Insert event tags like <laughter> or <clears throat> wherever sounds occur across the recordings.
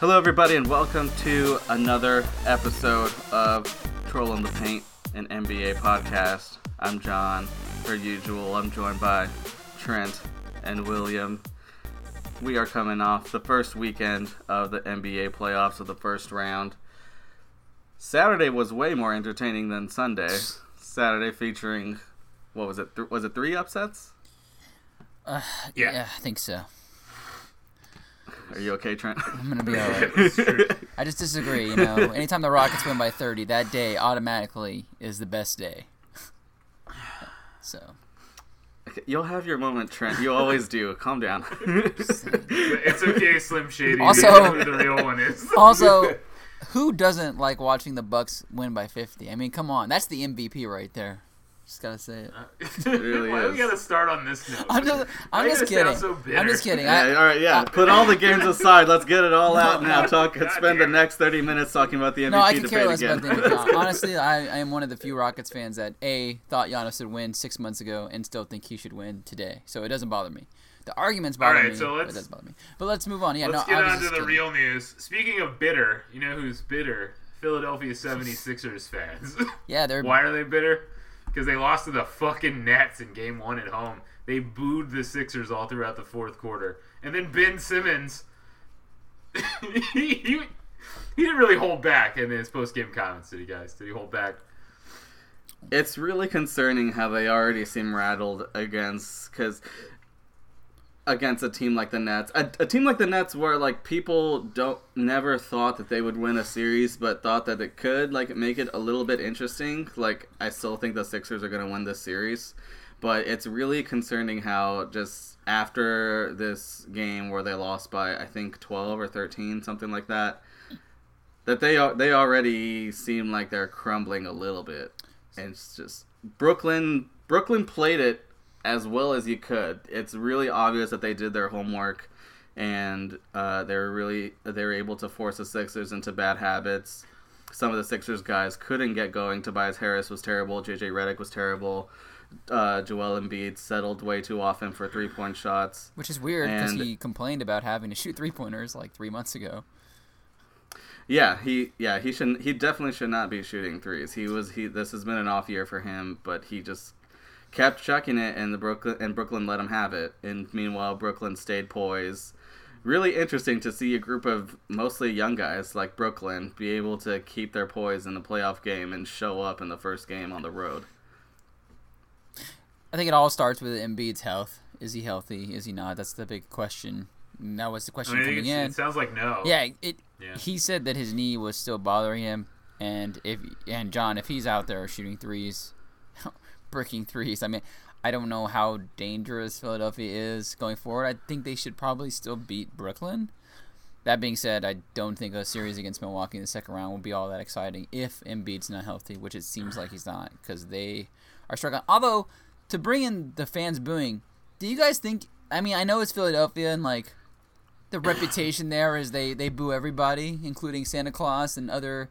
Hello, everybody, and welcome to another episode of Troll in the Paint, an NBA podcast. I'm John, per usual. I'm joined by Trent and William. We are coming off the first weekend of the NBA playoffs of the first round. Saturday was way more entertaining than Sunday. Saturday featuring, what was it? Th- was it three upsets? Yeah. Yeah, I think so. Are you okay, Trent? Mm-hmm. I'm gonna be alright. It's true. I just disagree. You know, anytime the Rockets win by 30, that day automatically is the best day. <sighs> So <laughs> You'll have your moment, Trent. You always do. Calm down. <laughs> It's okay, Slim Shady. Also- they know who the real one is. <laughs> also, who doesn't like watching the Bucks win by 50? I mean, come on, that's the MVP right there. Just gotta say it. really Why do we is. gotta start on this note? I'm just, I'm Why just does it sound kidding. so bitter? I'm just kidding. Yeah, I, uh, all right, yeah. Put all the <laughs> games aside. Let's get it all out now. Talk. God spend the damn. next thirty minutes talking about the MVP no, I could debate care less again. about the <laughs> MVP. Honestly, I, I am one of the few Rockets fans that a thought Giannis would win six months ago and still think he should win today. So it doesn't bother me. The arguments bother right, me. so but let's- it doesn't bother me. But let's move on. Yeah, Let's no, I get was on to just the kidding. real news. Speaking of bitter, you know who's bitter? Philadelphia 76ers fans. <laughs> Yeah, they're Why are they bitter? Because they lost to the fucking Nets in game one at home. They booed the Sixers all throughout the fourth quarter. And then Ben Simmons, <laughs> he, he, he didn't really hold back in his post game comments, did he, guys? Did he hold back? It's really concerning how they already seem rattled against because against a team like the Nets, a, a team like the Nets, where like people don't never thought that they would win a series, but thought that it could like make it a little bit interesting. Like I still think the Sixers are going to win this series, but it's really concerning how just after this game where they lost by I think twelve or thirteen, something like that. That they al- they already seem like they're crumbling a little bit and it's just Brooklyn. Brooklyn played it as well as you could. It's really obvious that they did their homework, and uh, they were really they were able to force the Sixers into bad habits. Some of the Sixers guys couldn't get going. Tobias Harris was terrible. JJ Redick was terrible. Uh, Joel Embiid settled way too often for three point shots. Which is weird because And- he complained about having to shoot three pointers like three months ago. Yeah, he yeah he should he definitely should not be shooting threes. He was he this has been an off year for him, but he just kept chucking it, and the Brooklyn and Brooklyn let him have it. And meanwhile, Brooklyn stayed poised. Really interesting to see a group of mostly young guys like Brooklyn be able to keep their poise in the playoff game and show up in the first game on the road. I think it all starts with Embiid's health. Is he healthy? Is he not? That's the big question. And That was the I question mean, coming it's- in. it sounds like no. Yeah, it. Yeah. He said that his knee was still bothering him, and if and John, if he's out there shooting threes, <laughs> bricking threes, I mean, I don't know how dangerous Philadelphia is going forward. I think they should probably still beat Brooklyn. That being said, I don't think a series against Milwaukee in the second round will be all that exciting if Embiid's not healthy, which it seems like he's not, because they are struggling. Although, to bring in the fans booing, do you guys think? I mean, I know it's Philadelphia and like the reputation there is they they boo everybody, including Santa Claus and other,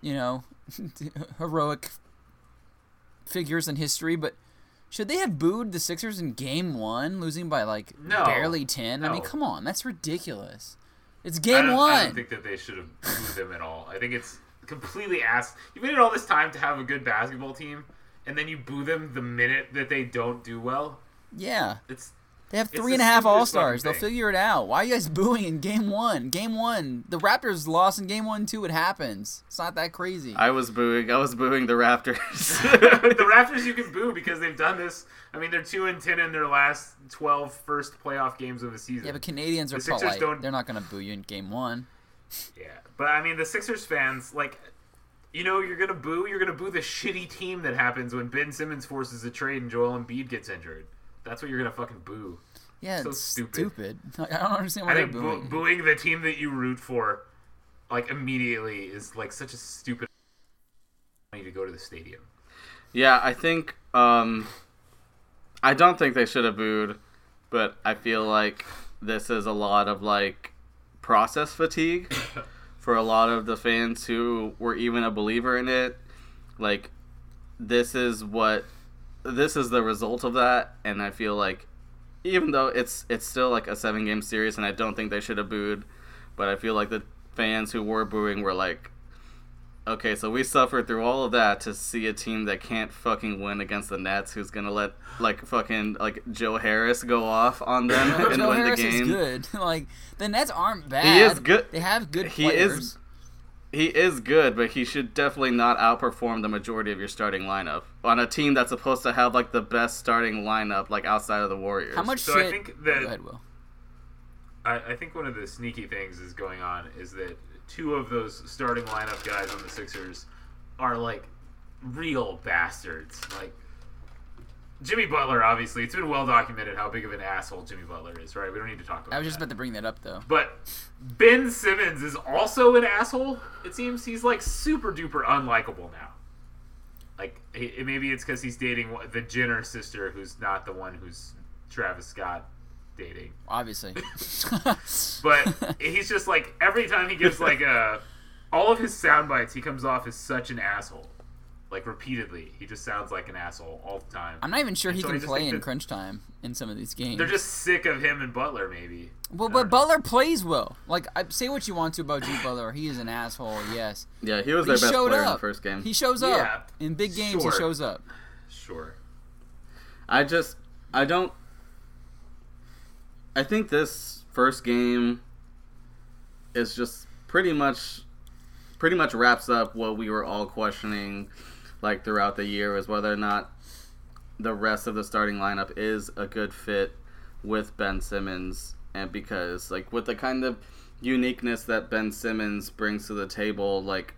you know, <laughs> heroic figures in history. But should they have booed the Sixers in Game One, losing by like No. barely ten? I mean, No. come on, that's ridiculous. It's I Game don't, One. I don't think that they should have booed them at all. I think it's completely ass. You waited all this time to have a good basketball team, and then you boo them the minute that they don't do well. yeah, It's <laughs> they have It's three the and a half stupidest All Stars. They'll fucking thing. figure it out. Why are you guys <laughs> booing in Game One? Game One, the Raptors lost in Game One too. It happens. It's not that crazy. I was booing. I was booing the Raptors. <laughs> the Raptors you can boo because they've done this. I mean, they're two and ten in their last 12 first playoff games of the season. yeah, but Canadians are The Sixers polite. don't- They're not gonna boo you in Game One. Yeah. but I mean, the Sixers fans like. You know, you're gonna boo. You're gonna boo the shitty team that happens when Ben Simmons forces a trade and Joel Embiid gets injured. That's what you're gonna fucking boo. Yeah, So it's stupid. stupid. <laughs> Like, I don't understand why I they're think boo- booing. booing. the team that you root for, like immediately, is like such a stupid money to go to the stadium. Yeah, I think um I don't think they should have booed, but I feel like this is a lot of like process fatigue <coughs> for a lot of the fans who were even a believer in it. Like this is what this is the result of that and I feel like even though it's it's still like a 7 game series and I don't think they should have booed But I feel like the fans who were booing were like, okay, so we suffered through all of that to see a team that can't fucking win against the Nets, who's gonna let like fucking like Joe Harris go off on <laughs> them and Joe win Harris the game. is good. <laughs> Like the Nets aren't bad. is good. They have good He is- players. He is good, but he should definitely not outperform the majority of your starting lineup on a team that's supposed to have like the best starting lineup, like outside of the Warriors. How much So I shit? think that- Go ahead, Will. I, I think one of the sneaky things is going on is that two of those starting lineup guys on the Sixers are like real bastards. Like Jimmy Butler, obviously, it's been well documented how big of an asshole Jimmy Butler is, right? We don't need to talk about. I was just that. about to bring that up though. But Ben Simmons is also an asshole. It seems he's like super duper unlikable now. Like he, it- maybe it's because he's dating one- the Jenner sister, who's not the one who's Travis Scott dating. <laughs> Obviously. <laughs> But he's just like every time he gives like a all of his sound bites, he comes off as such an asshole. Like repeatedly, he just sounds like an asshole all the time. I'm not even sure he So I can just play think in that- crunch time in some of these games. They're just sick of him and Butler, maybe. well, I but don't know. Butler plays well. Like, I, say what you want to about Jimmy Butler. He is an asshole. Yes, Yeah, he was he their best showed player in up. the first game. He shows Yeah, up in big games. sure. He shows up. Sure. I just I don't I think this first game is just pretty much pretty much wraps up what we were all questioning like throughout the year is whether or not the rest of the starting lineup is a good fit with Ben Simmons and because like with the kind of uniqueness that Ben Simmons brings to the table like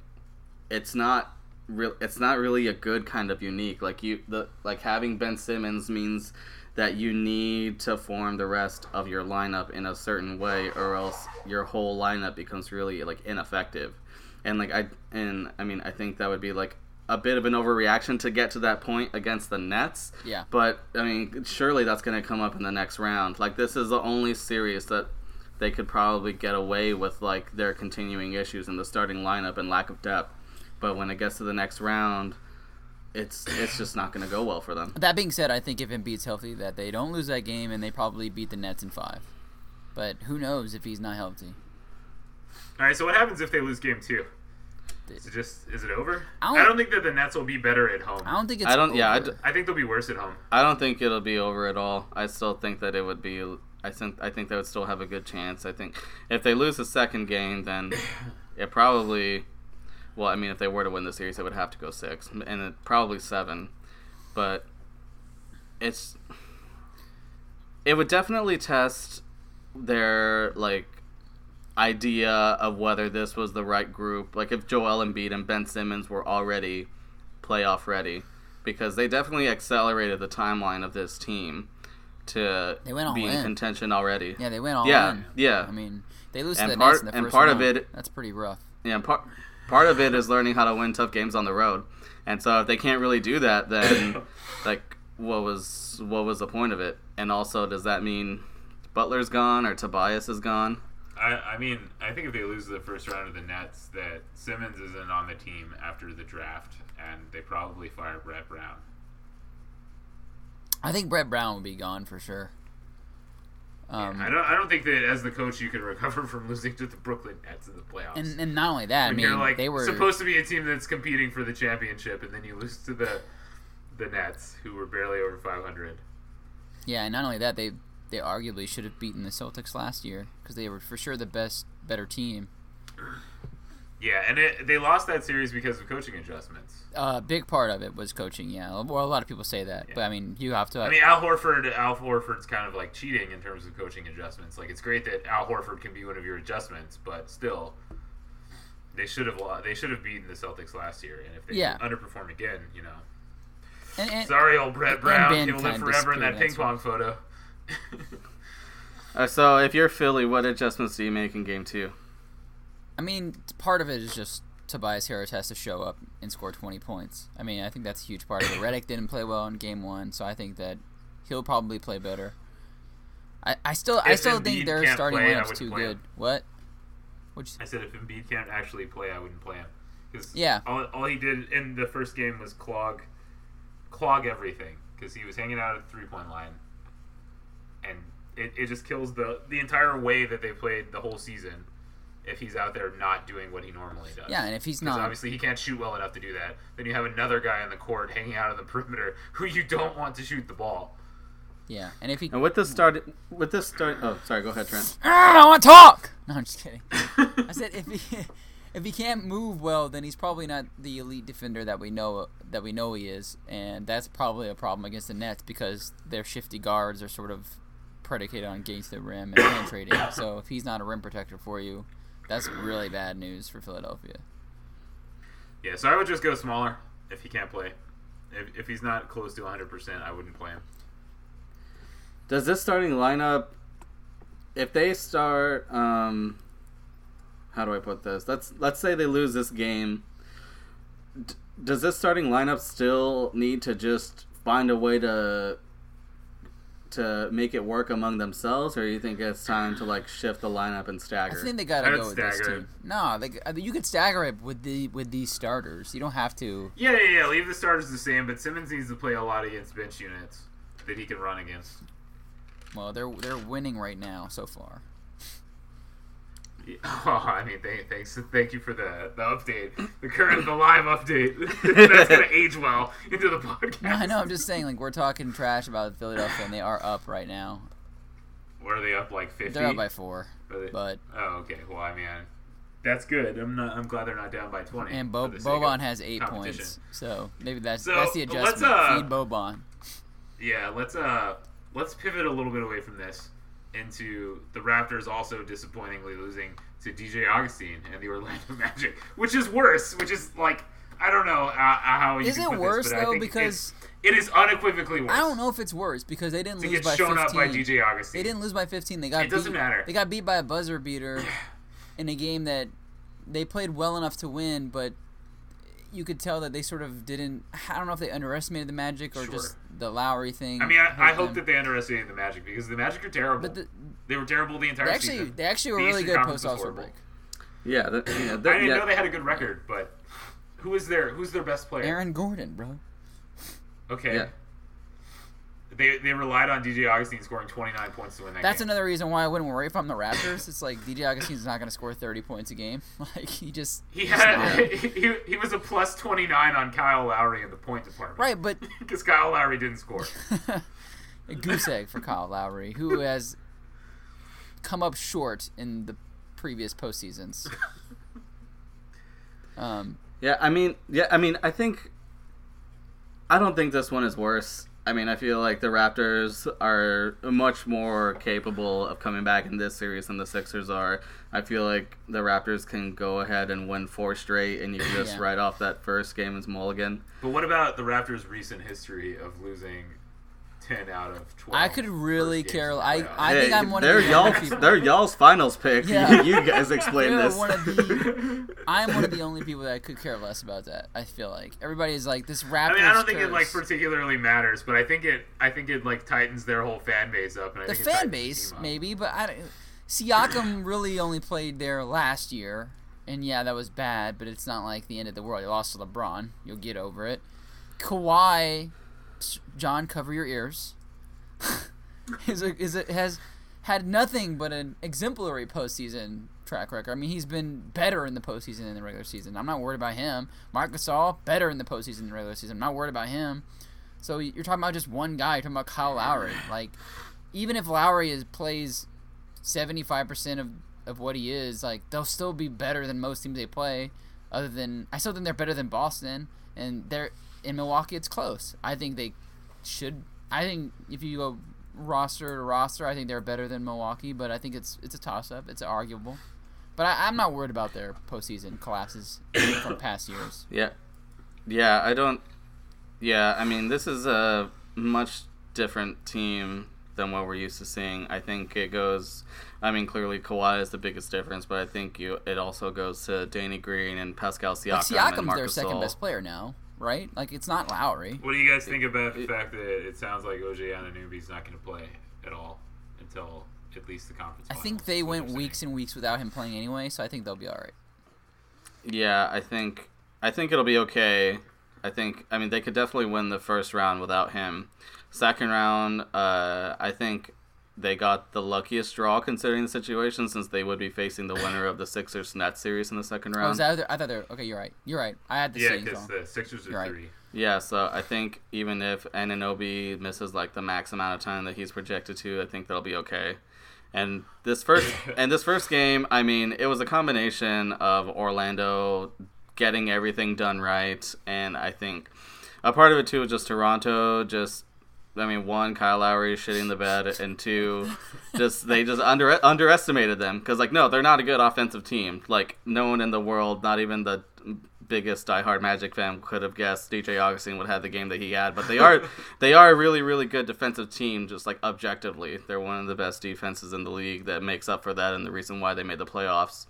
it's not real it's not really a good kind of unique like you the like having Ben Simmons means that you need to form the rest of your lineup in a certain way or else your whole lineup becomes really like ineffective and like I and I mean I think that would be like a bit of an overreaction to get to that point against the Nets Yeah. but I mean surely that's going to come up in the next round like this is the only series that they could probably get away with like their continuing issues in the starting lineup and lack of depth. But when it gets to the next round, it's it's just not going to go well for them. That being said, I think if Embiid's healthy, that they don't lose that game and they probably beat the Nets in five. But who knows if he's not healthy? All right, so what happens if they lose game two? They- Is it just is it over? I I don't- don't, think that the Nets will be better at home. I I, don't think it's. I don't. Yeah, I, d- over. think they'll be worse at home. I don't think it'll be over at all. I still think that it would be. I think I think they would still have a good chance. I think if they lose the second game, then it probably. Well, I mean, if they were to win the series, it would have to go six, and it, probably seven. But it's it would definitely test their like idea of whether this was the right group. Like if Joel Embiid and Ben Simmons were already playoff ready, because they definitely accelerated the timeline of this team to They went all be in in. contention already. yeah, they went all yeah, in. yeah. I mean, they lose And to the part- Nets in the and first part of round. it- That's pretty rough. Yeah, part part of it is learning how to win tough games on the road, and so if they can't really do that, then like what was what was the point of it? And also, does that mean Butler's gone or Tobias is gone? I, I mean, I think if they lose the first round of the Nets, that Simmons isn't on the team after the draft, and they probably fire Brett Brown. I think Brett Brown would be gone for sure. Um, I don't I don't think that as the coach you can <laughs> recover from losing to the Brooklyn Nets in the playoffs. and, and not only that, I When mean, you're like they were supposed to be a team that's competing for the championship, and then you lose to the the Nets, who were barely over 500. Yeah, and not only that, they they arguably should have beaten the Celtics last year because they were for sure the best, better team. Yeah, and it, they lost that series because of coaching adjustments. A Uh, big part of it was coaching. Yeah, well, a lot of people say that, but I mean, you have to. I mean, Al Horford. Al Horford's kind of like cheating in terms of coaching adjustments. Like, it's great that Al Horford can be one of your adjustments, but still, they should have lo- they should have beaten the Celtics last year. And if they Yeah. underperform again, you know, and, and- sorry, old Brett Brown, Ben he'll live kinda forever in that disappeared, ping pong photo. <laughs> Uh, so if you're Philly, what adjustments do you make in game two? I mean, part of it is just Tobias Harris has to show up and score 20 points. I mean, I think that's a huge part of it. Redick didn't play well in game one, so I think that he'll probably play better. I, I still I If still Embiid think their can't starting play, I lineup's wouldn't too play good. him. What? What'd you say? I said if Embiid can't actually play, I wouldn't play him. 'Cause Yeah. all, all he did in the first game was clog, clog everything because he was hanging out at the three point line, and it, it just kills the the entire way that they played the whole season. if he's out there not doing what he normally does. Yeah, um, and if he's 'Cause not, obviously he can't shoot well enough to do that. Then you have another guy on the court hanging out on the perimeter <laughs> who you don't want to shoot the ball. <laughs> yeah, and if he, <laughs> And with this start, with this start. Oh, sorry. Go ahead, Trent. I don't want to talk. No, I'm just kidding. I said if he, <laughs> if he can't move well, then he's probably not the elite defender that we know that we know he is, and that's probably a problem against the Nets because their shifty guards are sort of predicated on getting to the rim and penetrating. so if he's not a rim protector for you, that's really bad news for Philadelphia. Yeah, so I would just go smaller if he can't play. If, if he's not close to 100%, I wouldn't play him. Does this starting lineup, if they start, um, how do I put this? Let's let's say they lose this game. D- does this starting lineup still need to just find a way to to make it work among themselves, or do you think it's time to like shift the lineup and I stagger? think they gotta I'd go with this stagger it. team. No, they, I mean, you could stagger it with the with these starters. You don't have to. Yeah, yeah, yeah. Leave the starters the same, but Simmons needs to play a lot against bench units that he can run against. <laughs> Well, they're they're winning right now so far. <laughs> Yeah. Oh, I mean, thank, thanks, thank you for the, the update, the current, the live update. <laughs> <laughs> That's gonna age well into the podcast. No, I know. I'm just saying, like we're talking trash about Philadelphia, and they are up right now. Were they up like fifty? They're up by four, Are they- but Oh, okay. Well, I mean, that's good. I'm not. I'm glad they're not down by twenty. and Bo- for the sake of- Boban has eight competition. points, so maybe that's So, that's the let's, adjustment. uh, Feed Boban. Yeah, let's uh, let's pivot a little bit away from this into the Raptors also disappointingly losing to DJ Augustine and the Orlando <laughs> Magic, which is worse. Which is like. I don't know uh, how you Is can it put this, worse, but I though? think Because- it's- it is unequivocally worse. I don't know if it's worse because they didn't to lose get by shown 15. up by DJ Augustine. They didn't lose by 15. They got It doesn't beat, matter. They got beat by a buzzer beater in a game that they played well enough to win, but you could tell that they sort of didn't. I don't know if they underestimated the Magic or Sure. just the Lowry thing. I mean, hurt I, I hope them. that they underestimated the Magic because the Magic are terrible. But the, they were terrible the entire they actually season. they actually were The really Eastern good Conference post was All Star horrible. break. yeah, that, yeah, I that- didn't yeah. know they had a good record, but who is their who's their best player? Aaron Gordon, bro. okay. Yeah. They, they relied on DJ Augustine scoring 29 points to win that That's game. another reason why I wouldn't worry if I'm the Raptors. It's like DJ Augustine's not going to score 30 points a game. <laughs> Like he just he he's not. had <laughs> he, he was a plus 29 on Kyle Lowry in the point department. right, but Because Kyle Lowry didn't score. a goose egg for Kyle Lowry, who has come up short in the previous postseasons. Um, Yeah, I mean, yeah, I mean, I think I don't think this one is worse. I mean, I feel like the Raptors are much more capable of coming back in this series than the Sixers are. I feel like the Raptors can go ahead and win four straight, and you <clears throat> can just Yeah. write off that first game as Mulligan. But what about the Raptors' recent history of losing 10 out of 12? I could really first games in care. the I playoffs? I think Hey, I'm one of they're the only <laughs> y'all's, people. they're y'all's finals pick. Yeah. you guys explain They're this. one of the- I'm one of the only people that could care less about that. I feel like everybody's like this Raptors. I mean, I don't think it like curse. particularly matters, but I think it, I think it like tightens their whole fan base up, and I the think it fan tightens base the team um, up. maybe, but I don't, Siakam really only played there last year, and yeah, that was bad, but it's not like the end of the world. You lost to LeBron, you'll get over it. Kawhi, s- John, cover your ears. <laughs> is a, is a, has had nothing but an exemplary postseason track record. I mean, he's been better in the postseason than the regular season. I'm not worried about him. Marc Gasol better in the postseason than the regular season. I'm not worried about him. So you're talking about just one guy. You're talking about Kyle Lowry. Like, even if Lowry is plays 75% of, of what he is, like, they'll still be better than most teams they play. Other than, I still think they're better than Boston, and they're in Milwaukee. It's close. I think they should. I think if you go roster to roster, I think they're better than Milwaukee. But I think it's it's a toss up. It's arguable. But I, I'm not worried about their postseason collapses from past years. Yeah. Yeah, I don't. Yeah, I mean, this is a much different team than what we're used to seeing. I think it goes. I mean, clearly Kawhi is the biggest difference, but I think you it also goes to Danny Green and Pascal But Siakam. and Siakam's their Marc second Gasol. best player now, right? Like it's not Lowry. What do you guys think about the it- fact that it sounds like OJ Anunoby's not going to play at all until at least the conference? I finals, think they is what went they're weeks and weeks without him playing anyway, so I think they'll be all right. Yeah, I think I think it'll be okay. I think I mean they could definitely win the first round without him. Second round, uh, I think they got the luckiest draw considering the situation since they would be facing the winner of the Sixers Nets series in the second Oh, round. is that other, I thought they were, okay, you're right. You're right. I had the Yeah, settings because wrong. the Sixers are You're right. three. yeah, so I think even if Ananobi misses like the max amount of time that he's projected to, I think that'll be okay. And this first and this first game, I mean, it was a combination of Orlando getting everything done right, and I think a part of it too was just Toronto just I mean, one, Kyle Lowry shitting the bed, and two, just they just under underestimated them because like no, they're not a good offensive team. Like no one in the world, not even the biggest diehard Magic fan, could have guessed DJ Augustine would have the game that he had. But they are they are a really really good defensive team. Just like objectively, they're one of the best defenses in the league that makes up for that and the reason why they made the playoffs.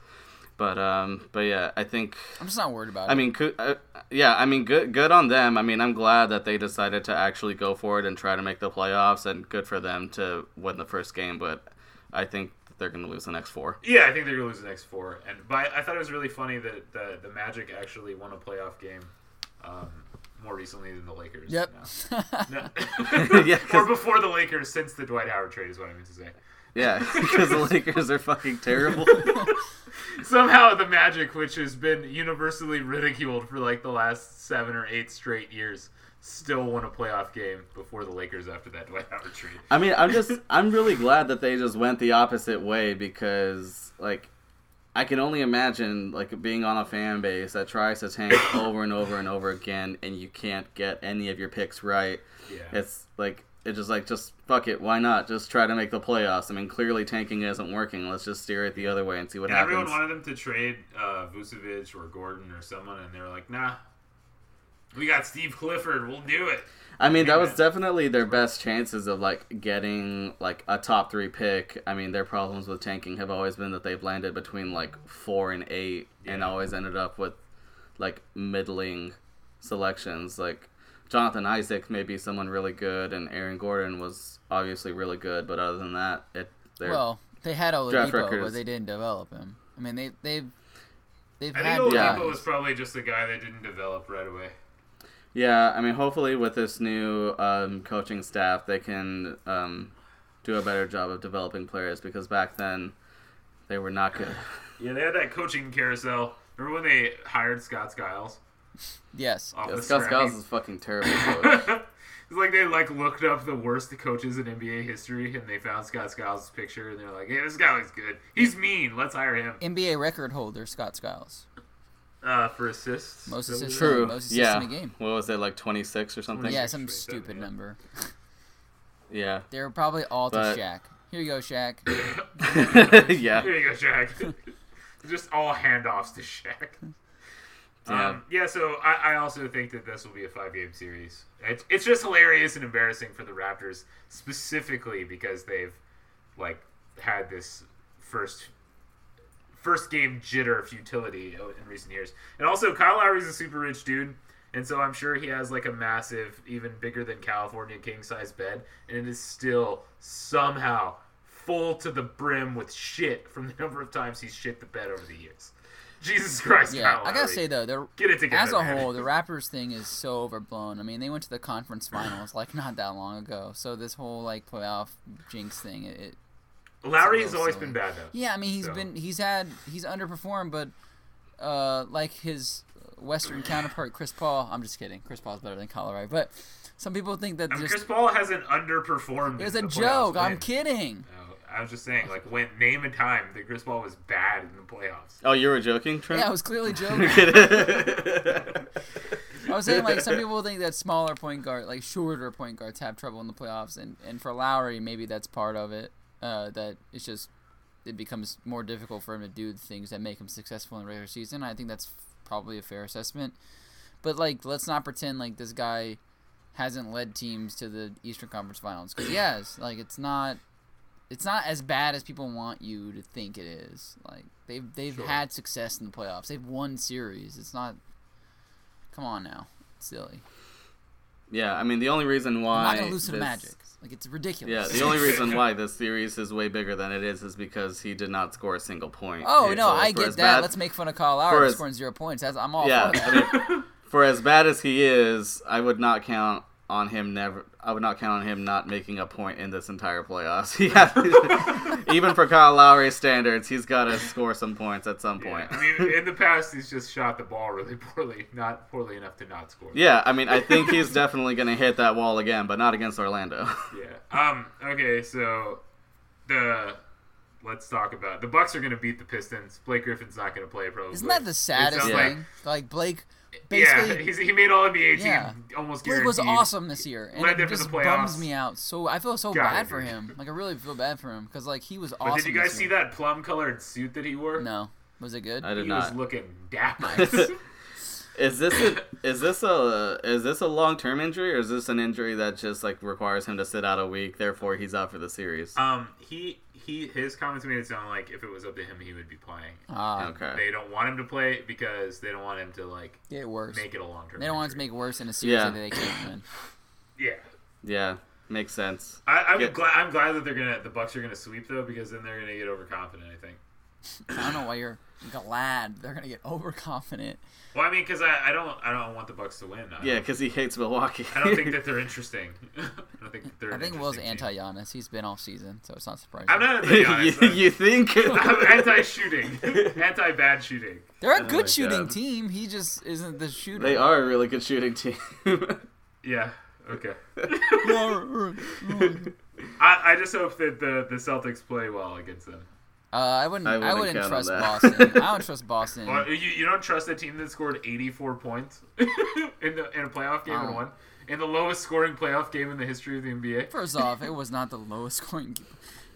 But um, but yeah, I think I'm just not worried about it. I mean, cou- uh, yeah, I mean, good, good on them. I mean, I'm glad that they decided to actually go for it and try to make the playoffs, and good for them to win the first game. But I think they're going to lose the next four. Yeah, I think they're gonna lose the next four. And but I, I thought it was really funny that the, the Magic actually won a playoff game um, more recently than the Lakers. Yep. No. yeah. <laughs> <laughs> No. <laughs> Yeah, or 'cause- before the Lakers, since the Dwight Howard trade is what I meant to say. Yeah, <laughs> because the Lakers are fucking terrible. Somehow the Magic, which has been universally ridiculed for like the last seven or eight straight years, still won a playoff game before the Lakers after that Dwight Howard trade. I mean, I'm just, I'm really glad that they just went the opposite way because, like, I can only imagine like being on a fan base that tries to tank over and over and over again, and you can't get any of your picks right. Yeah. It's like it's just like just fuck it, why not? Just try to make the playoffs. I mean, clearly tanking isn't working. Let's just steer it the other way and see what And everyone happens. wanted them to trade uh, Vucevic or Gordon or someone, and they were like, nah. We got Steve Clifford. We'll do it. I mean, that was Yeah. definitely their best chances of like getting like a top three pick. I mean, their problems with tanking have always been that they've landed between like four and eight, and Yeah. always ended up with like middling selections. Like Jonathan Isaac may be someone really good, and Aaron Gordon was obviously really good, but other than that, it they're Well, they had Draft Oladipo, but records. they didn't develop him. I mean, they they've they've I had think Oladipo Yeah. was probably just the guy that didn't develop right away. Yeah, I mean, hopefully with this new um, coaching staff, they can um, do a better job of developing players because back then they were not good. Yeah, they had that coaching carousel. Remember when they hired Scott Skiles? yes. Off Yeah, the Scott scrappy- Skiles <laughs> is a fucking terrible coach. it's like they like looked up the worst coaches in NBA history, and they found Scott Skiles' picture, and they're like, "Hey, this guy looks good. He's mean. Let's hire him NBA record holder Scott Skiles. uh, for assists." Most That was assists. it. True. Most assists Yeah. in a game. What was it like, twenty six or something? Yeah, Sixers some right there, stupid yeah. number. <laughs> Yeah. <laughs> They were probably all to But- Shaq. Here you go, Shaq. yeah. Here you go, Shaq. <laughs> Just all handoffs to Shaq. Yeah. Um, yeah, so I, I also think that this will be a five game series. It's, it's just hilarious and embarrassing for the Raptors, specifically because they've like had this first first game jitter futility in recent years. And also, Kyle Lowry's a super rich dude, and so I'm sure he has like a massive, even bigger than California king size bed, and it is still somehow full to the brim with shit from the <laughs> number of times he's shit the bed over the years. Jesus Christ, Yeah, Kyle I gotta Lowry. say though, they're Get it together. as a man. whole, the Raptors thing is so overblown. I mean, they went to the <sighs> conference finals like not that long ago. So this whole like playoff jinx thing, it, it Lowry has little always silly. been bad though. yeah. I mean, he's So- been he's had he's underperformed, but uh, like his Western counterpart Chris Paul. I'm just kidding. Chris Paul's better than Colorado, but some people think that I mean, just Chris Paul hasn't underperformed. it's in a the playoffs, joke. I'm man. kidding. No, I was just saying, like, when name a time that Chris Paul was bad in the playoffs. Oh, you were joking, Trent. <laughs> Yeah, I was <laughs> clearly joking. I was saying like some people think that smaller point guard, like shorter point guards, have trouble in the playoffs, and and for Lowry maybe that's part of it. Uh, that it's just it becomes more difficult for him to do the things that make him successful in the regular season. I think that's probably a fair assessment. But like, let's not pretend like this guy hasn't led teams to the Eastern Conference Finals because he has. Like, it's not. It's not as bad as people want you to think it is. Like they've they've Sure. had success in the playoffs. They've won series. It's not. Come on now, it's silly. yeah, I mean, the only reason why I'm not gonna lose to the this- Magic. Like it's Yeah, ridiculous. the only reason why this series is way bigger than it is is because he did not score a single point. <laughs> oh Yeah, no, so I for get as that. bad- Let's make fun of Kyle Lowry for his- scoring zero points. That's, I'm all Yeah, for that. I mean, for as bad as he is, I would not count on him never. I would not count on him not making a point in this entire playoffs. <laughs> Yeah, even for Kyle Lowry standards, he's got to score some points at some Yeah, point. I mean, in the past, he's just shot the ball really <laughs> poorly, not poorly enough to not score. Yeah, I mean, I think he's definitely going to hit that wall again, but not against Orlando. <laughs> Yeah. Um. Okay. So the let's talk about the Bucks are going to beat the Pistons. Blake Griffin's not going to play <laughs> probably. Isn't that the It saddest sounds Yeah. thing? Like <laughs> Blake, Like, yeah. basically, He's, he made all NBA team Yeah. almost Blake guaranteed. was awesome this year, and Led it them to the just bums playoffs. me out. So I feel so God, bad for dude. him. Like I really feel bad for him because like he was awesome. But did you guys this see year. that plum-colored suit that he wore? No, was it good? I He did was not. looking dapper. Is this a, is this a is this a long term injury or is this an injury that just like requires him to sit out a week? Therefore, he's out for the series. <laughs> <laughs> um. He he. His comments made it sound like if it was up to him, he would be playing. Ah, Okay. They don't want him to play because they don't want him to like get worse. make it a long-term. They don't want it to make worse in a series Yeah. that they can't win. Yeah. Yeah, makes sense. I, I'm Yeah. glad. I'm glad that they're gonna. The Bucks are gonna sweep though, because then they're gonna get overconfident. I think. I don't know why you're glad they're gonna get <laughs> overconfident. Well, I mean, because I, I don't. I don't want the Bucks to win. I Yeah, don't- because he hates Milwaukee. I don't <laughs> think that they're interesting. <laughs> I don't think that they're. I an think Will's interesting team. anti Giannis. He's been off season, so it's not surprising. I'm not anti. Giannis. you, <laughs> I'm- you think? <laughs> I'm <laughs> anti shooting. anti bad shooting. They're a Oh good my shooting God. team. He just isn't the shooter. they are a really good shooting team. <laughs> Yeah. Okay. <laughs> uh, I, I just hope that the the Celtics play well against them. I wouldn't. I I wouldn't wouldn't, count on trust that. <laughs> Boston. I don't trust Boston. Well, you, you don't trust a team that scored 84 points <laughs> in the in a playoff game Oh. and won in the lowest scoring playoff game in the history of the NBA. First off, it was not the lowest scoring. game.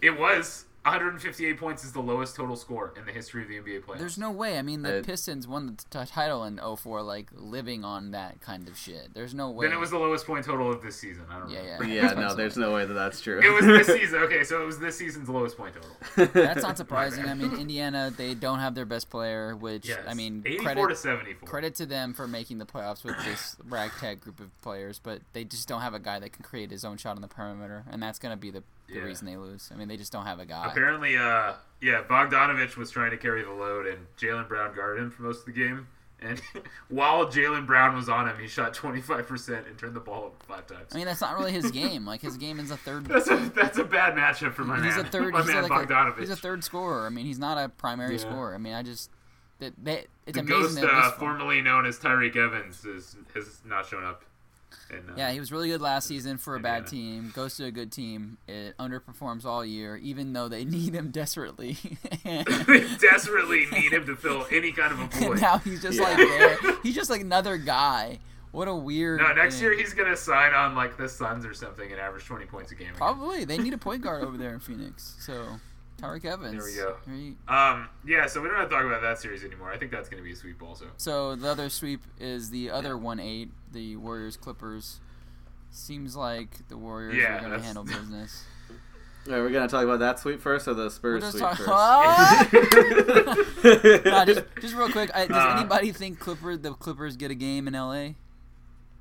It was 158 points is the lowest total score in the history of the NBA playoffs. There's no way. I mean, the I- Pistons won the t- title in 04, like living on that kind of shit. There's no way. then it was the lowest point total of this season. I don't Yeah, remember. yeah. yeah, no, there's no way that that's true. It was this <laughs> season. Okay, so it was this season's lowest point total. That's not surprising. I mean, Indiana, they don't have their best player, which Yes. I mean, 84 credit to 74. credit to them for making the playoffs with this ragtag group of players, but they just don't have a guy that can create his own shot on the perimeter, and that's going to be the, the Yeah. reason they lose. I mean, they just don't have a guy. Apparently, uh, yeah, Bogdanovich was trying to carry the load, and Jalen Brown guarded him for most of the game. And <laughs> while Jalen Brown was on him, he shot 25% and turned the ball over five times. I mean, that's not really his game. Like his game is a third. <laughs> that's a that's a bad matchup for my He's a man. third. my He's a, man like a, Bogdanovich. he's a third scorer. I mean, he's not a primary Yeah. scorer. I mean, I just that they, it's the amazing ghost, that uh, this- formerly known as Tyreek Evans, is has not shown up. And, uh, <laughs> Yeah, he was really good last season for a bad Indiana. team. Goes to a good team. It underperforms all year, even though they <laughs> need him desperately. <laughs> they desperately need him to fill any kind <laughs> of a and void. now he's just like there. He's just like another guy. What a weird. no, next thing. year he's gonna sign on like the Suns or something and average 20 points a game. again. Probably they need a point guard over there in Phoenix. So Tyreek Evans. There we He- go. Um, yeah, so we don't have to talk about that series anymore. I think that's gonna be a sweep also. So the other sweep is the other one eight, the Warriors Clippers. Seems like the Warriors Yeah, are going to that's- <laughs> handle business. Are we gonna talk about that sweep first or the We're Spurs just sweep talking. first? <laughs> Nah, just, just real quick, I, does Uh, anybody think Clipper the Clippers get a game in L.A.?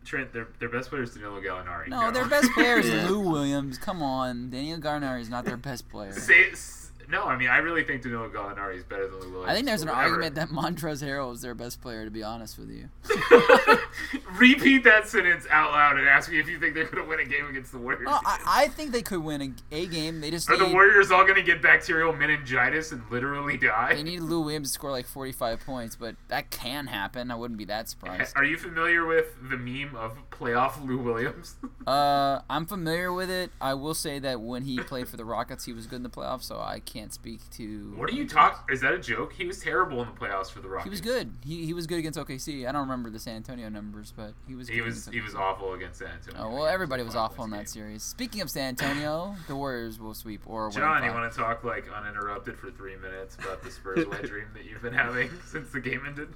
Trent, their their best player is Danilo Gallinari. No, their best player <laughs> <laughs> is Yeah. Lou Williams. Come on, Daniel Garnari is not their best <laughs> player. Say- s- no, I mean I really think Danilo Gallinari is better than Lou Williams. I think there's an but argument whatever. that Montrezl Harrell is their best player. To be honest with you, <laughs> <laughs> Repeat that sentence out loud and ask me if you think they're gonna win a game against the Warriors. well, I, I think they could win a, a game. They just Are need, the Warriors all gonna get bacterial meningitis and literally they die? need Lou Williams to score like 45 points, but that can happen. I wouldn't be that surprised. <laughs> Are you familiar with the meme of playoff Lou Williams? Uh, I'm familiar with it. I will say that when he played for the Rockets, he was good in the playoffs, so I can't speak to. <laughs> what are you talking? Is that a joke? He was terrible in the playoffs for the Rockets. He was good. He, he was good against OKC. I don't remember the San Antonio numbers, but he was. He good was against he was OKC. awful against San Antonio. Oh I well, guess. everybody was Five awful in that points a game. series. Speaking of San Antonio, the Warriors will sweep or win. John, you five. want to talk like uninterrupted for three minutes about the <laughs> Spurs wet dream that you've been having <laughs> since the game ended?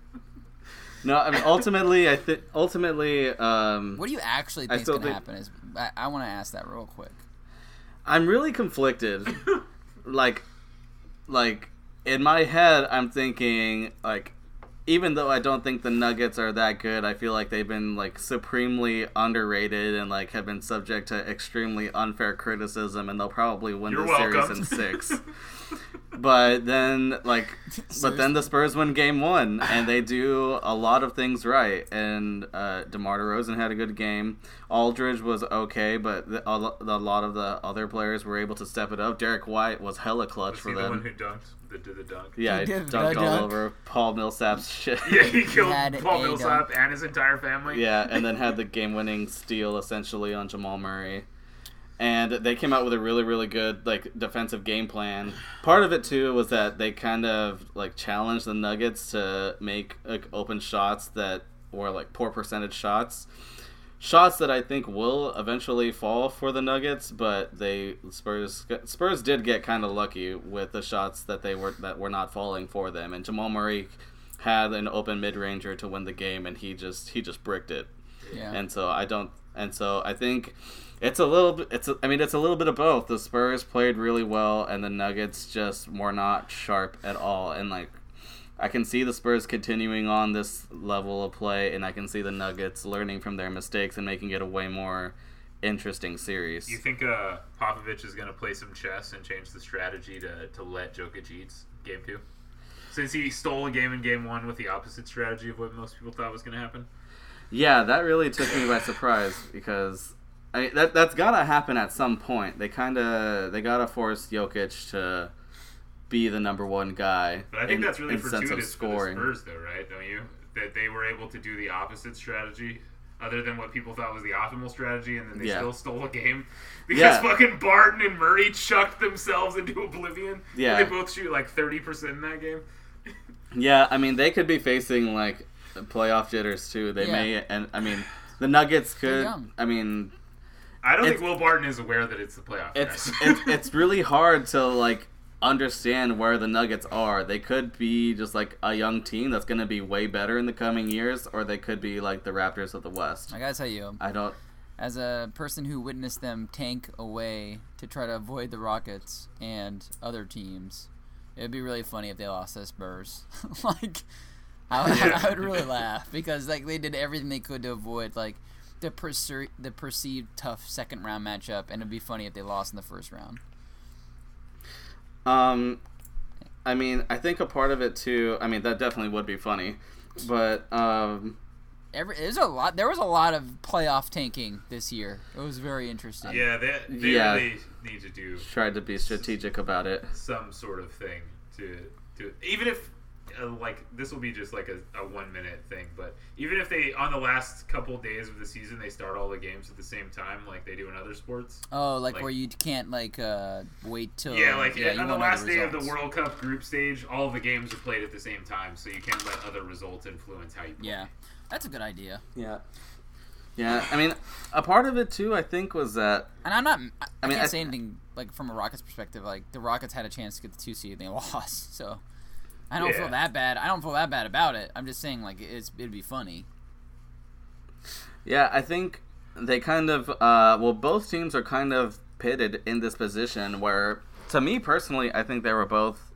no, I mean ultimately, I think ultimately, um, What do you actually think is still going to think- happen? Is I, I want to ask that real quick. I'm really conflicted. like, like in my head, I'm thinking like, even though I don't think the Nuggets are that good, I feel like they've been like supremely underrated and like have been subject to extremely unfair criticism, and they'll probably win You're the <laughs> welcome. series in six. But then, <laughs> like, but then Seriously. the Spurs win Game One, and they do a lot of things right. And uh, Demar Derozan had a good game. Aldridge was okay, but the, a, lo- a lot of the other players were able to step it up. Derek White was hella clutch Was for he the one them. who dunked? The, did the dunk? yeah, he He did the dunked all dunk. over Paul Millsap's <laughs> shit. <laughs> Yeah, he killed had Paul a Millsap and his entire family. Yeah, and then had the game-winning steal essentially on Jamal Murray. And they came out with a really, really good like defensive game plan. Part of it too was that they kind of like challenged the Nuggets to make like open shots that were like poor percentage shots, shots that I think will eventually fall for the Nuggets. But they Spurs Spurs did get kind of lucky with the shots that they were that were not falling for them. And Jamal Murray had an open mid ranger to win the game, and he just he just bricked it. Yeah. And so I don't. And so I think it's a little. bit- It's. A, I mean, it's a little bit of both. The Spurs played really well, and the Nuggets just were not sharp at all. And like, I can see the Spurs continuing on this level of play, and I can see the Nuggets learning from their mistakes and making it a way more interesting series. You think uh, Popovich is going to play some chess and change the strategy to, to let Jokic eat game two? Since he stole a game in game one with the opposite strategy of what most people thought was going to happen? Yeah, that really took me by surprise because I mean, that that's gotta happen at some point. They kind of they gotta force Jokic to be the number one guy. But I in- think that's really in sense of fortuitous scoring. for the Spurs, though, right? Don't you? That they were able to do the opposite strategy, other than what people thought was the optimal strategy, and then they Yeah. still stole a game <laughs> because Yeah. fucking Barton and Murray chucked themselves into oblivion. Yeah. they both shoot like thirty percent in that game. Yeah, I mean they could be facing like playoff jitters too. They Yeah. may and I mean the Nuggets could. young. I mean I don't It's- think Will Barton is aware that it's the playoff. it's guys. <laughs> it's it's really hard to like understand where the Nuggets are. They could be just like a young team that's gonna be way better in the coming years, or they could be like the Raptors of the West. I gotta tell you, I don't. as a person who witnessed them tank away to try to avoid the Rockets and other teams, it'd be really funny if they lost to the Spurs. <laughs> like, I would, I would <laughs> really laugh because like they did everything they could to avoid like the percer- the perceived tough second round matchup, and it'd be funny if they lost in the first round. Um, I mean, I think a part of it too. I mean, that definitely would be funny, but um, Every there's a lot. There was a lot of playoff tanking this year. It was very interesting. yeah, they, they Yeah. really need to do tried to be strategic about it. some sort of thing to to even if uh, like this will be just like a, a one minute thing but even if they on the last couple days of the season they start all the games at the same time like they do in other sports Oh, like, Like- where you can't like uh, wait till yeah like you on wanna the know last day of the results. world cup group stage all the games are played at the same time so you can't let other results influence how you play Yeah, that's a good idea. Yeah. Yeah, I mean, a part of it too, I think, was that And I'm not. I, I mean, can't I- say anything like from a Rockets perspective. Like the Rockets had a chance to get the two seed and they <laughs> lost, so I don't Yeah. feel that bad. I don't feel that bad about it. I'm just saying like it's it'd be funny. Yeah, I think they kind of uh, well, both teams are kind of pitted in this position where, to me personally, I think they were both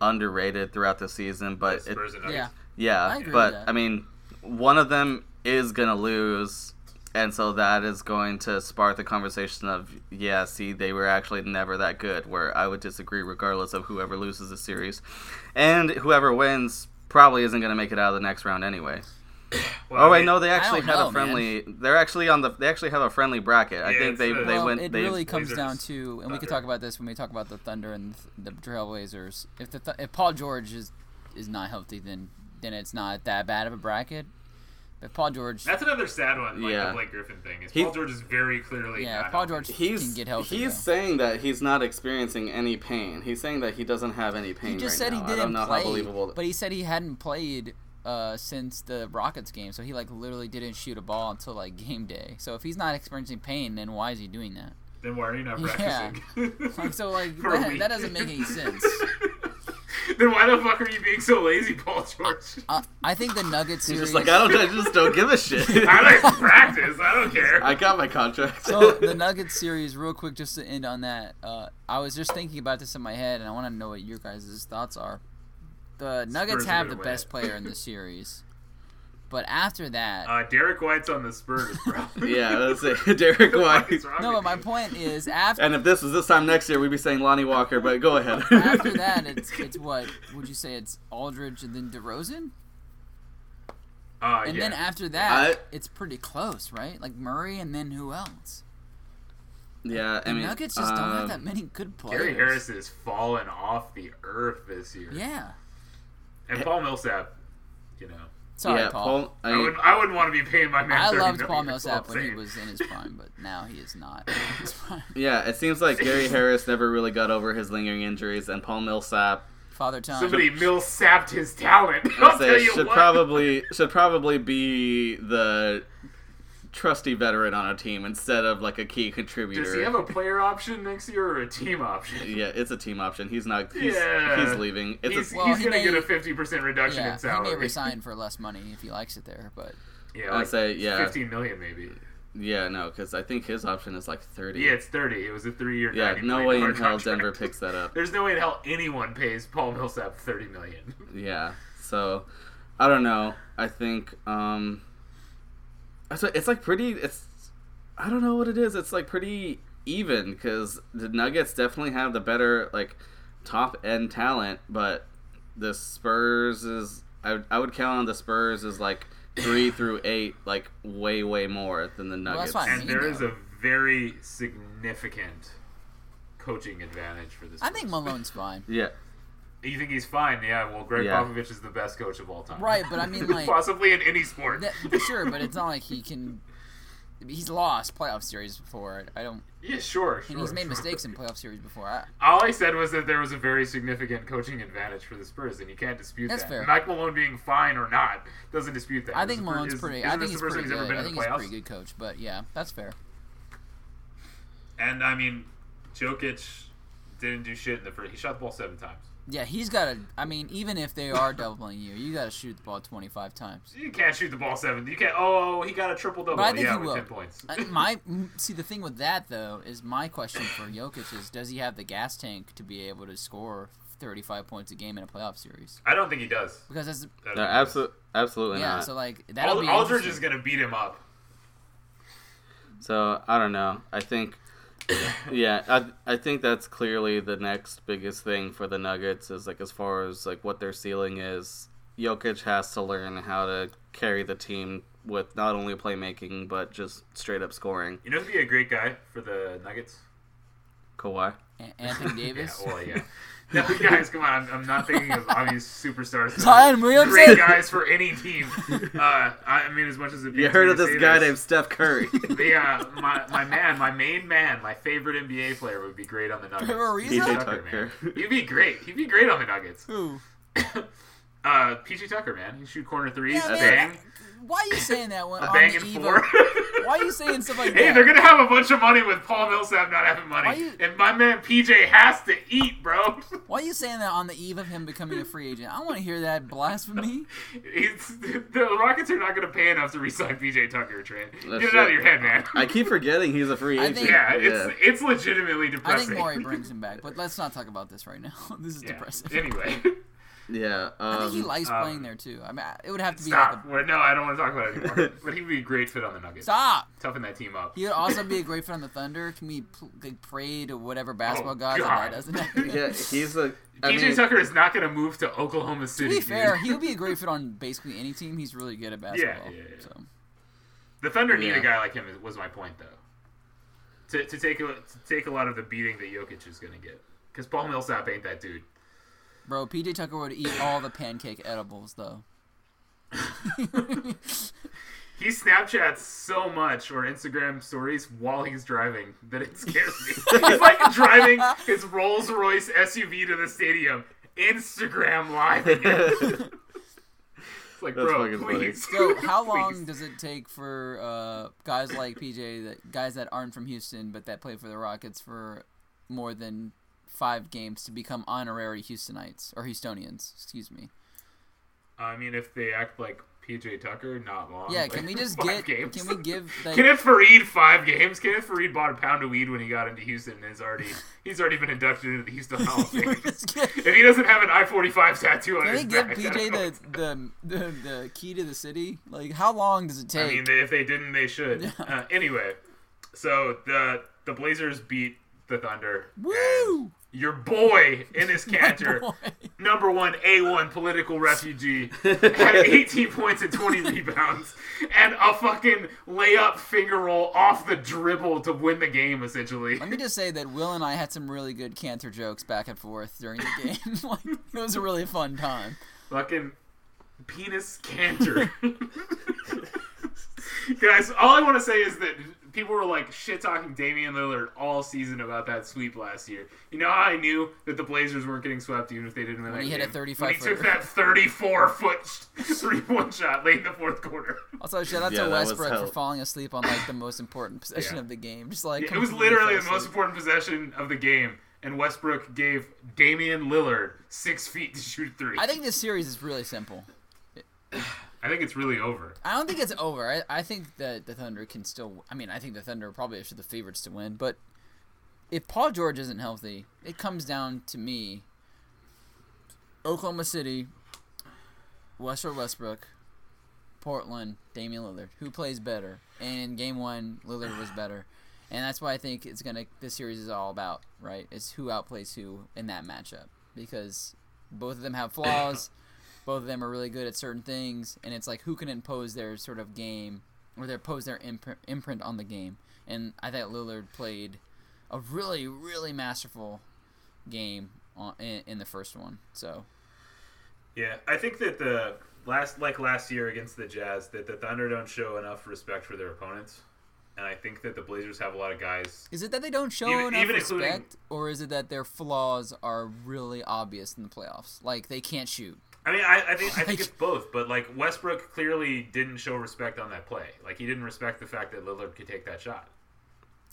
underrated throughout the season. But it, Spurs and Nuggets. Yeah, yeah, I agree but with that. I mean, one of them is gonna lose, and so that is going to spark the conversation of yeah, see, they were actually never that good. Where I would disagree, regardless of whoever loses the series, and whoever wins probably isn't gonna make it out of the next round anyway. Well, Oh I wait, mean, no, they actually don't had know, a friendly. They're actually on the. They actually have a friendly bracket. I Yeah, think it's they the- they well, went. it they, really comes Blazers, down to, and we Thunder. could talk about this when we talk about the Thunder and the Trailblazers. If the th- if Paul George is is not healthy, then then it's not that bad of a bracket. But Paul George, that's another sad one like Yeah. the blake griffin thing is He- paul george is very clearly yeah, not if Paul healthy. George he's can get healthy. he's though. saying that he's not experiencing any pain. He's saying that he doesn't have any pain. He just right said now. he I don't didn't know play, how believable. but he said he hadn't played uh, since the Rockets game, so he like literally didn't shoot a ball until like game day. So if he's not experiencing pain, then why is he doing that? then why are you not Yeah. practicing <laughs> Like, so like <laughs> For a that, week. that doesn't make any sense. <laughs> then why the fuck are you being so lazy, Paul <laughs> George? Uh, I think the Nuggets he's series. just like I don't. I just don't give a shit. <laughs> I like <laughs> practice. I don't care. I got my contract. <laughs> <laughs> so the Nuggets series, real quick, just to end on that. Uh, I was just thinking about this in my head, and I want to know what your guys' thoughts are. The Nuggets Spurs are have gonna the <laughs> win best it. player in the series, But after that, Uh, Derek White's on the Spurs, <laughs> bro. Yeah, let's say <laughs> Derek <laughs> What White. is wrong no. But with my you? <laughs> point is, after And if this was this time next year, we'd be saying Lonnie Walker. But go ahead. <laughs> after <laughs> that, it's it's what would you say? It's Aldridge and then DeRozan, Uh, and yeah. then after that, I- it's pretty close, right? Like Murray, and then who else? yeah, I mean, Nuggets just don't have um, that many good players. Gary Harris has fallen off the earth this year. Yeah. And Paul Millsap, you know, Sorry, yeah, Paul. I I mean, wouldn't, I wouldn't want to be paying my man. I 30 loved million, Paul that's all Millsap I'm when he saying. was in his prime, but now he is not. <laughs> in his prime. yeah, it seems <laughs> like Gary Harris never really got over his lingering injuries, and Paul Millsap Father Time. Somebody Millsapped his talent. <laughs> I'll I'd tell say you should what. probably should probably be the trusty veteran on a team instead of like a key contributor. Does he have a player option next year or a team option? <laughs> yeah, it's a team option. He's not. He's, Yeah. he's leaving. It's He's, a, Well, he's he going to may- get a 50% reduction yeah, in he may salary. resign for less money if he likes it there, but <laughs> Yeah, I'd like say yeah, 15 million maybe. yeah, no, because I think his option is like thirty. Yeah, it's 30. It was a three-year. Yeah, 90 no million way dollar in hell Denver contract. picks that up. <laughs> There's no way in hell anyone pays Paul Millsap 30 million. <laughs> Yeah. So I don't know. I think um it's like, it's like pretty it's I don't know what it is. It's like pretty even cuz the Nuggets definitely have the better like top end talent, but the Spurs is I would- I would count on the Spurs as like 3 through 8 like way way more than the Well, that's Nuggets. fine. and there know. is a very significant coaching advantage for this. I think person. Malone's fine. Yeah. You think he's fine? Yeah. Well, Greg Yeah. Popovich is the best coach of all time. Right, but I <laughs> mean, like, possibly in any sport. that, sure, but it's not like he can. He's lost playoff series before. I don't, <laughs> yeah, sure, and sure. he's made sure. mistakes in playoff series before. I, All I said was that there was a very significant coaching advantage for the Spurs, and you can't dispute That's that. fair. Mike Malone being fine or not doesn't dispute that. I Is think the fir- Malone's is- pretty. isn't I think this the he's first pretty time good. I think he's in the a pretty playoffs? good coach. But yeah, that's fair. And I mean, Jokic didn't do shit in the first. He shot the ball seven times. Yeah, he's got to. I mean, even if they <laughs> are doubling you, you got to shoot the ball twenty-five times. You can't shoot the ball seven. You can't. Oh, he got a triple double. But I think yeah, he with will. ten points. Uh, my m- see the thing with that though is my question for Jokic is does he have the gas tank to be able to score 35 points a game in a playoff series? I don't think he does. Because that's I don't No, think he absolutely absolutely yeah, not. so like does. that'll Ald- be Aldridge is interesting. gonna beat him up. So I don't know. I think, <coughs> yeah, I I think that's clearly the next biggest thing for the Nuggets is like as far as like what their ceiling is. Jokic has to learn how to carry the team with not only playmaking but just straight up scoring. You know, who'd be a great guy for the Nuggets. Kawhi. A- <laughs> Anthony Davis. Yeah, well, <laughs> yeah. No, guys, come on. I'm, I'm not thinking of obvious <laughs> superstars. Zion Williamson. Great guys for any team. Uh, I mean, as much as it You pains heard me of to this say guy named Steph <laughs> Curry? The, uh, my, my man, my main man, my favorite NBA player would be great on the Nuggets. Trevor Ariza? PJ PJ man. Tucker. He'd be great. He'd be great on the Nuggets. <coughs> Who? Uh, PJ Tucker, man. He shoot corner threes, Yeah, man, bang, Why are you saying that when, on bang the and eve four. of- Why are you saying stuff like <laughs> Hey, that? they're gonna have a bunch of money with Paul Millsap not having Why money, you- and my man PJ has to eat, bro. <laughs> Why are you saying that on the eve of him becoming a free agent? I want to hear that blasphemy. It's, the Rockets are not gonna pay enough to re-sign PJ Tucker, Trent. Get That's it out it. of your head, man. I keep forgetting he's a free I agent. think- <laughs> yeah, it's it's legitimately I depressing. think Maury brings him back, but let's not talk about this right now. <laughs> This is <laughs> Yeah. depressing. <laughs> Anyway, yeah. I think he Um, likes um, playing there too. I mean, I- it would have to be like stop. a Well, no, I don't want to talk about <laughs> it anymore. but he'd be a great fit on the Nuggets. stop. Toughen that team up. He would also be a great fit on the Thunder. Can we pl- like, pray to whatever basketball Oh, gods God. that doesn't <laughs> happen? yeah, he's a. I PJ mean, Tucker is not gonna move to Oklahoma to City. be dude. fair, he would be a great fit on basically any team. He's really good at basketball. yeah, yeah. So. The Thunder need Yeah. a guy like him. Was my point though. To, to take a to take a lot of the beating that Jokic is gonna get, because Paul Millsap ain't that dude. Bro, PJ Tucker would eat all the pancake edibles though. He Snapchats so much or Instagram stories while he's driving that it scares me. <laughs> he's like driving his Rolls Royce SUV to the stadium, Instagram live. <laughs> it's like, That's bro, fucking funny. please. <laughs> So, how long Please. does it take for uh, guys like PJ, that guys that aren't from Houston but that play for the Rockets for more than five games to become honorary Houstonites or Houstonians? Excuse me. I mean, if they act like PJ Tucker, not long. Yeah, like, can <laughs> we just five get? games. Can we <laughs> give? Like, <laughs> Kenneth Fareed five games. Kenneth Fareed bought a pound of weed when he got into Houston, and is already he's already been inducted into the Houston <laughs> Hall of Fame. <laughs> Let's get- if he doesn't have an I forty five tattoo on Can they his give back, I PJ don't know. the, the, the the key to the city? Like, how long does it take? I mean, they- if they didn't, they should. Uh, anyway, so the the Blazers beat the Thunder. Woo! And Your boy <laughs> in his catcher, Boy. number one A1 political refugee, <laughs> had 18 points and 20 rebounds, and a fucking layup finger roll off the dribble to win the game, essentially. Let me just say that Will and I had some really good cancer jokes back and forth during the <laughs> game. like, it was a really fun time. fucking penis canter. <laughs> Guys, all I want to say is that people were like shit talking Damian Lillard all season about that sweep last year. You know how I knew that the Blazers weren't getting swept even if they didn't win that he hit game? a 35 When he took footer. that 34 foot three point shot late in the fourth quarter. Also, shout out Yeah, that to was Westbrook for hell. falling asleep on like the <laughs> most important possession Yeah. of the game. Just like It was completely literally fell the most asleep. important possession of the game, and Westbrook gave Damian Lillard six feet to shoot a three. I think this series is really simple. I think it's really over. I don't think it's over. I, I think that the Thunder can still. I mean, I think the Thunder probably should the favorites to win. But if Paul George isn't healthy, it comes down to me. Oklahoma City, Westbrook, Westbrook, Portland, Damian Lillard. Who plays better? And in Game One, Lillard was better, and that's why I think it's gonna. This series is all about right. It's who outplays who in that matchup because both of them have flaws. both of them are really good at certain things, and it's like who can impose their sort of game or their pose their imprint, imprint on the game. And I thought Lillard played a really, really masterful game on, in, in the first one. So Yeah, I think that the last, like last year against the Jazz, that the Thunder don't show enough respect for their opponents, and I think that the Blazers have a lot of guys. is it that they don't show Even- enough even respect, including- or is it that their flaws are really obvious in the playoffs? Like they can't shoot. I mean, I, I think I think it's both, but like Westbrook clearly didn't show respect on that play. Like he didn't respect the fact that Lillard could take that shot.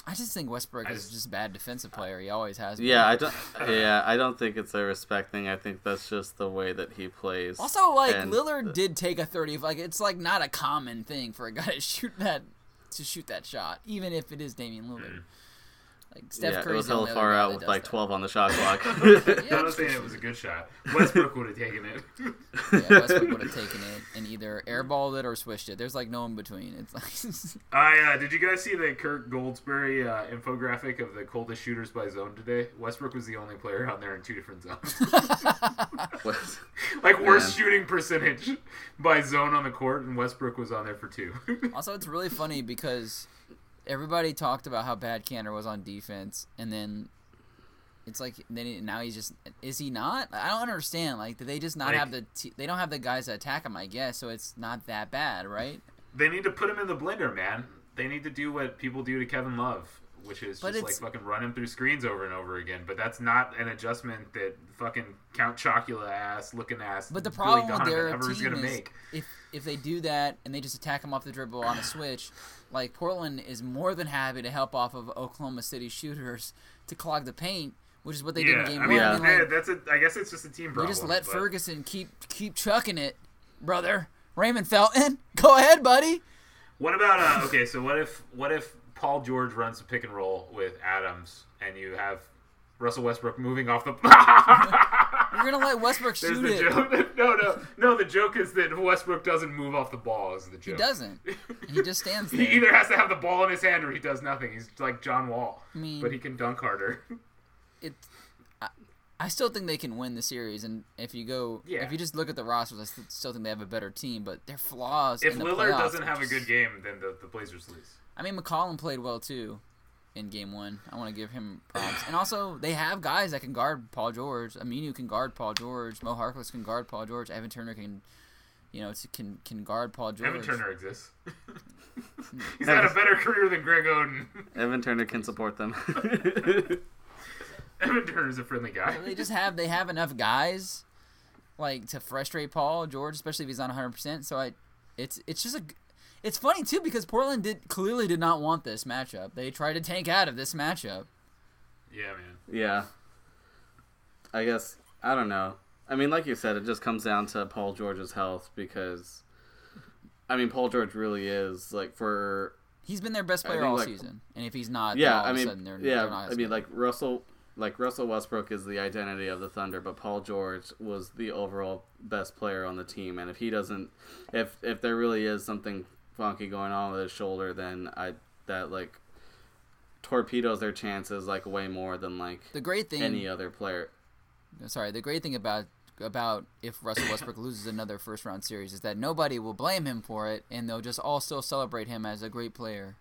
I just think Westbrook I is just- just a bad defensive player. He always has. been. Yeah, I don't. Yeah, I don't think it's a respect thing. I think that's just the way that he plays. Also, like And- Lillard did take a thirty. Like it's like not a common thing for a guy to <laughs> shoot that to shoot that shot, even if it is Damian Lillard. Like Steph yeah, it Curry's was the hella only far other guy out that with does like that. twelve on the <laughs> shot clock. Yeah, I'm not it's saying it was a <laughs> good shot. Westbrook would have taken it. <laughs> Yeah, Westbrook would have taken it and either airballed it or swished it. There's like no in between. It's like <laughs> I uh, did you guys see the Kirk Goldsberry uh, infographic of the coldest shooters by zone today? Westbrook was the only player on there in two different zones. <laughs> like worst Man. shooting percentage <laughs> by zone on the court, and Westbrook was on there for two. <laughs> also it's really funny because everybody talked about how bad Cantor was on defense, and then it's like then he, now he's just is he not? I don't understand. Like did they just not Like- have the t- they don't have the guys to attack him? I guess so. It's not that bad, right? they need to put him in the blender, man. They need to do what people do to Kevin Love, which is But just like it's- fucking run him through screens over and over again. But that's not an adjustment that fucking Count Chocula ass looking ass. But the Billy problem with Donovan their ever is team is gonna make. if if they do that and they just attack him off the dribble on a switch, like Portland is more than happy to help off of Oklahoma City shooters to clog the paint, which is what they did Yeah, in game I one. mean, Yeah. And, like, yeah, that's a. I guess it's just a team problem. you just let but- Ferguson keep keep chucking it, brother. Raymond Felton, <laughs> go ahead, buddy. What about uh, okay? So what if what if Paul George runs a pick and roll with Adams, and you have Russell Westbrook moving off the. <laughs> You're gonna let Westbrook There's shoot the it. joke. <laughs> No, no, no. The joke is that Westbrook doesn't move off the ball. Is the joke? He doesn't. He just <laughs> stands He there. either has to have the ball in his hand or he does nothing. He's like John Wall, mean- but he can dunk harder. <laughs> It, I, I still think they can win the series, and if you go, Yeah. if you just look at the rosters, I st- still think they have a better team, but their flaws. if in the Lillard playoffs doesn't are have a just- good game, then the, the Blazers lose. I mean, McCollum played well too in game one. I want to give him props. And also, they have guys that can guard Paul George. Aminu can guard Paul George. Mo Harkless can guard Paul George. Evan Turner can, you know, it's- can can guard Paul George. Evan <laughs> Turner exists. He's had a better career than Greg Oden. <laughs> Evan Turner can support them. <laughs> Evan Turner's a friendly guy. They just have they have enough guys, like to frustrate Paul George, especially if he's not 100. percent So I, it's it's just a. g- It's funny too because Portland did clearly did not want this matchup. They tried to tank out of this matchup. Yeah, man. yeah, I guess I don't know. I mean, like you said, it just comes down to Paul George's health because I mean, Paul George really is like for He's been their best player think, all like- season, and if he's not, then yeah. all I of mean, a sudden they're, yeah. they're not. I mean, like Russell, like Russell Westbrook is the identity of the Thunder, but Paul George was the overall best player on the team, and if he doesn't, if if there really is something funky going on with his shoulder, then I that like torpedoes their chances like way more than like the great thing any other player. sorry, the great thing about about if Russell <coughs> Westbrook loses another first round series is that nobody will blame him for it, and they'll just all still celebrate him as a great player.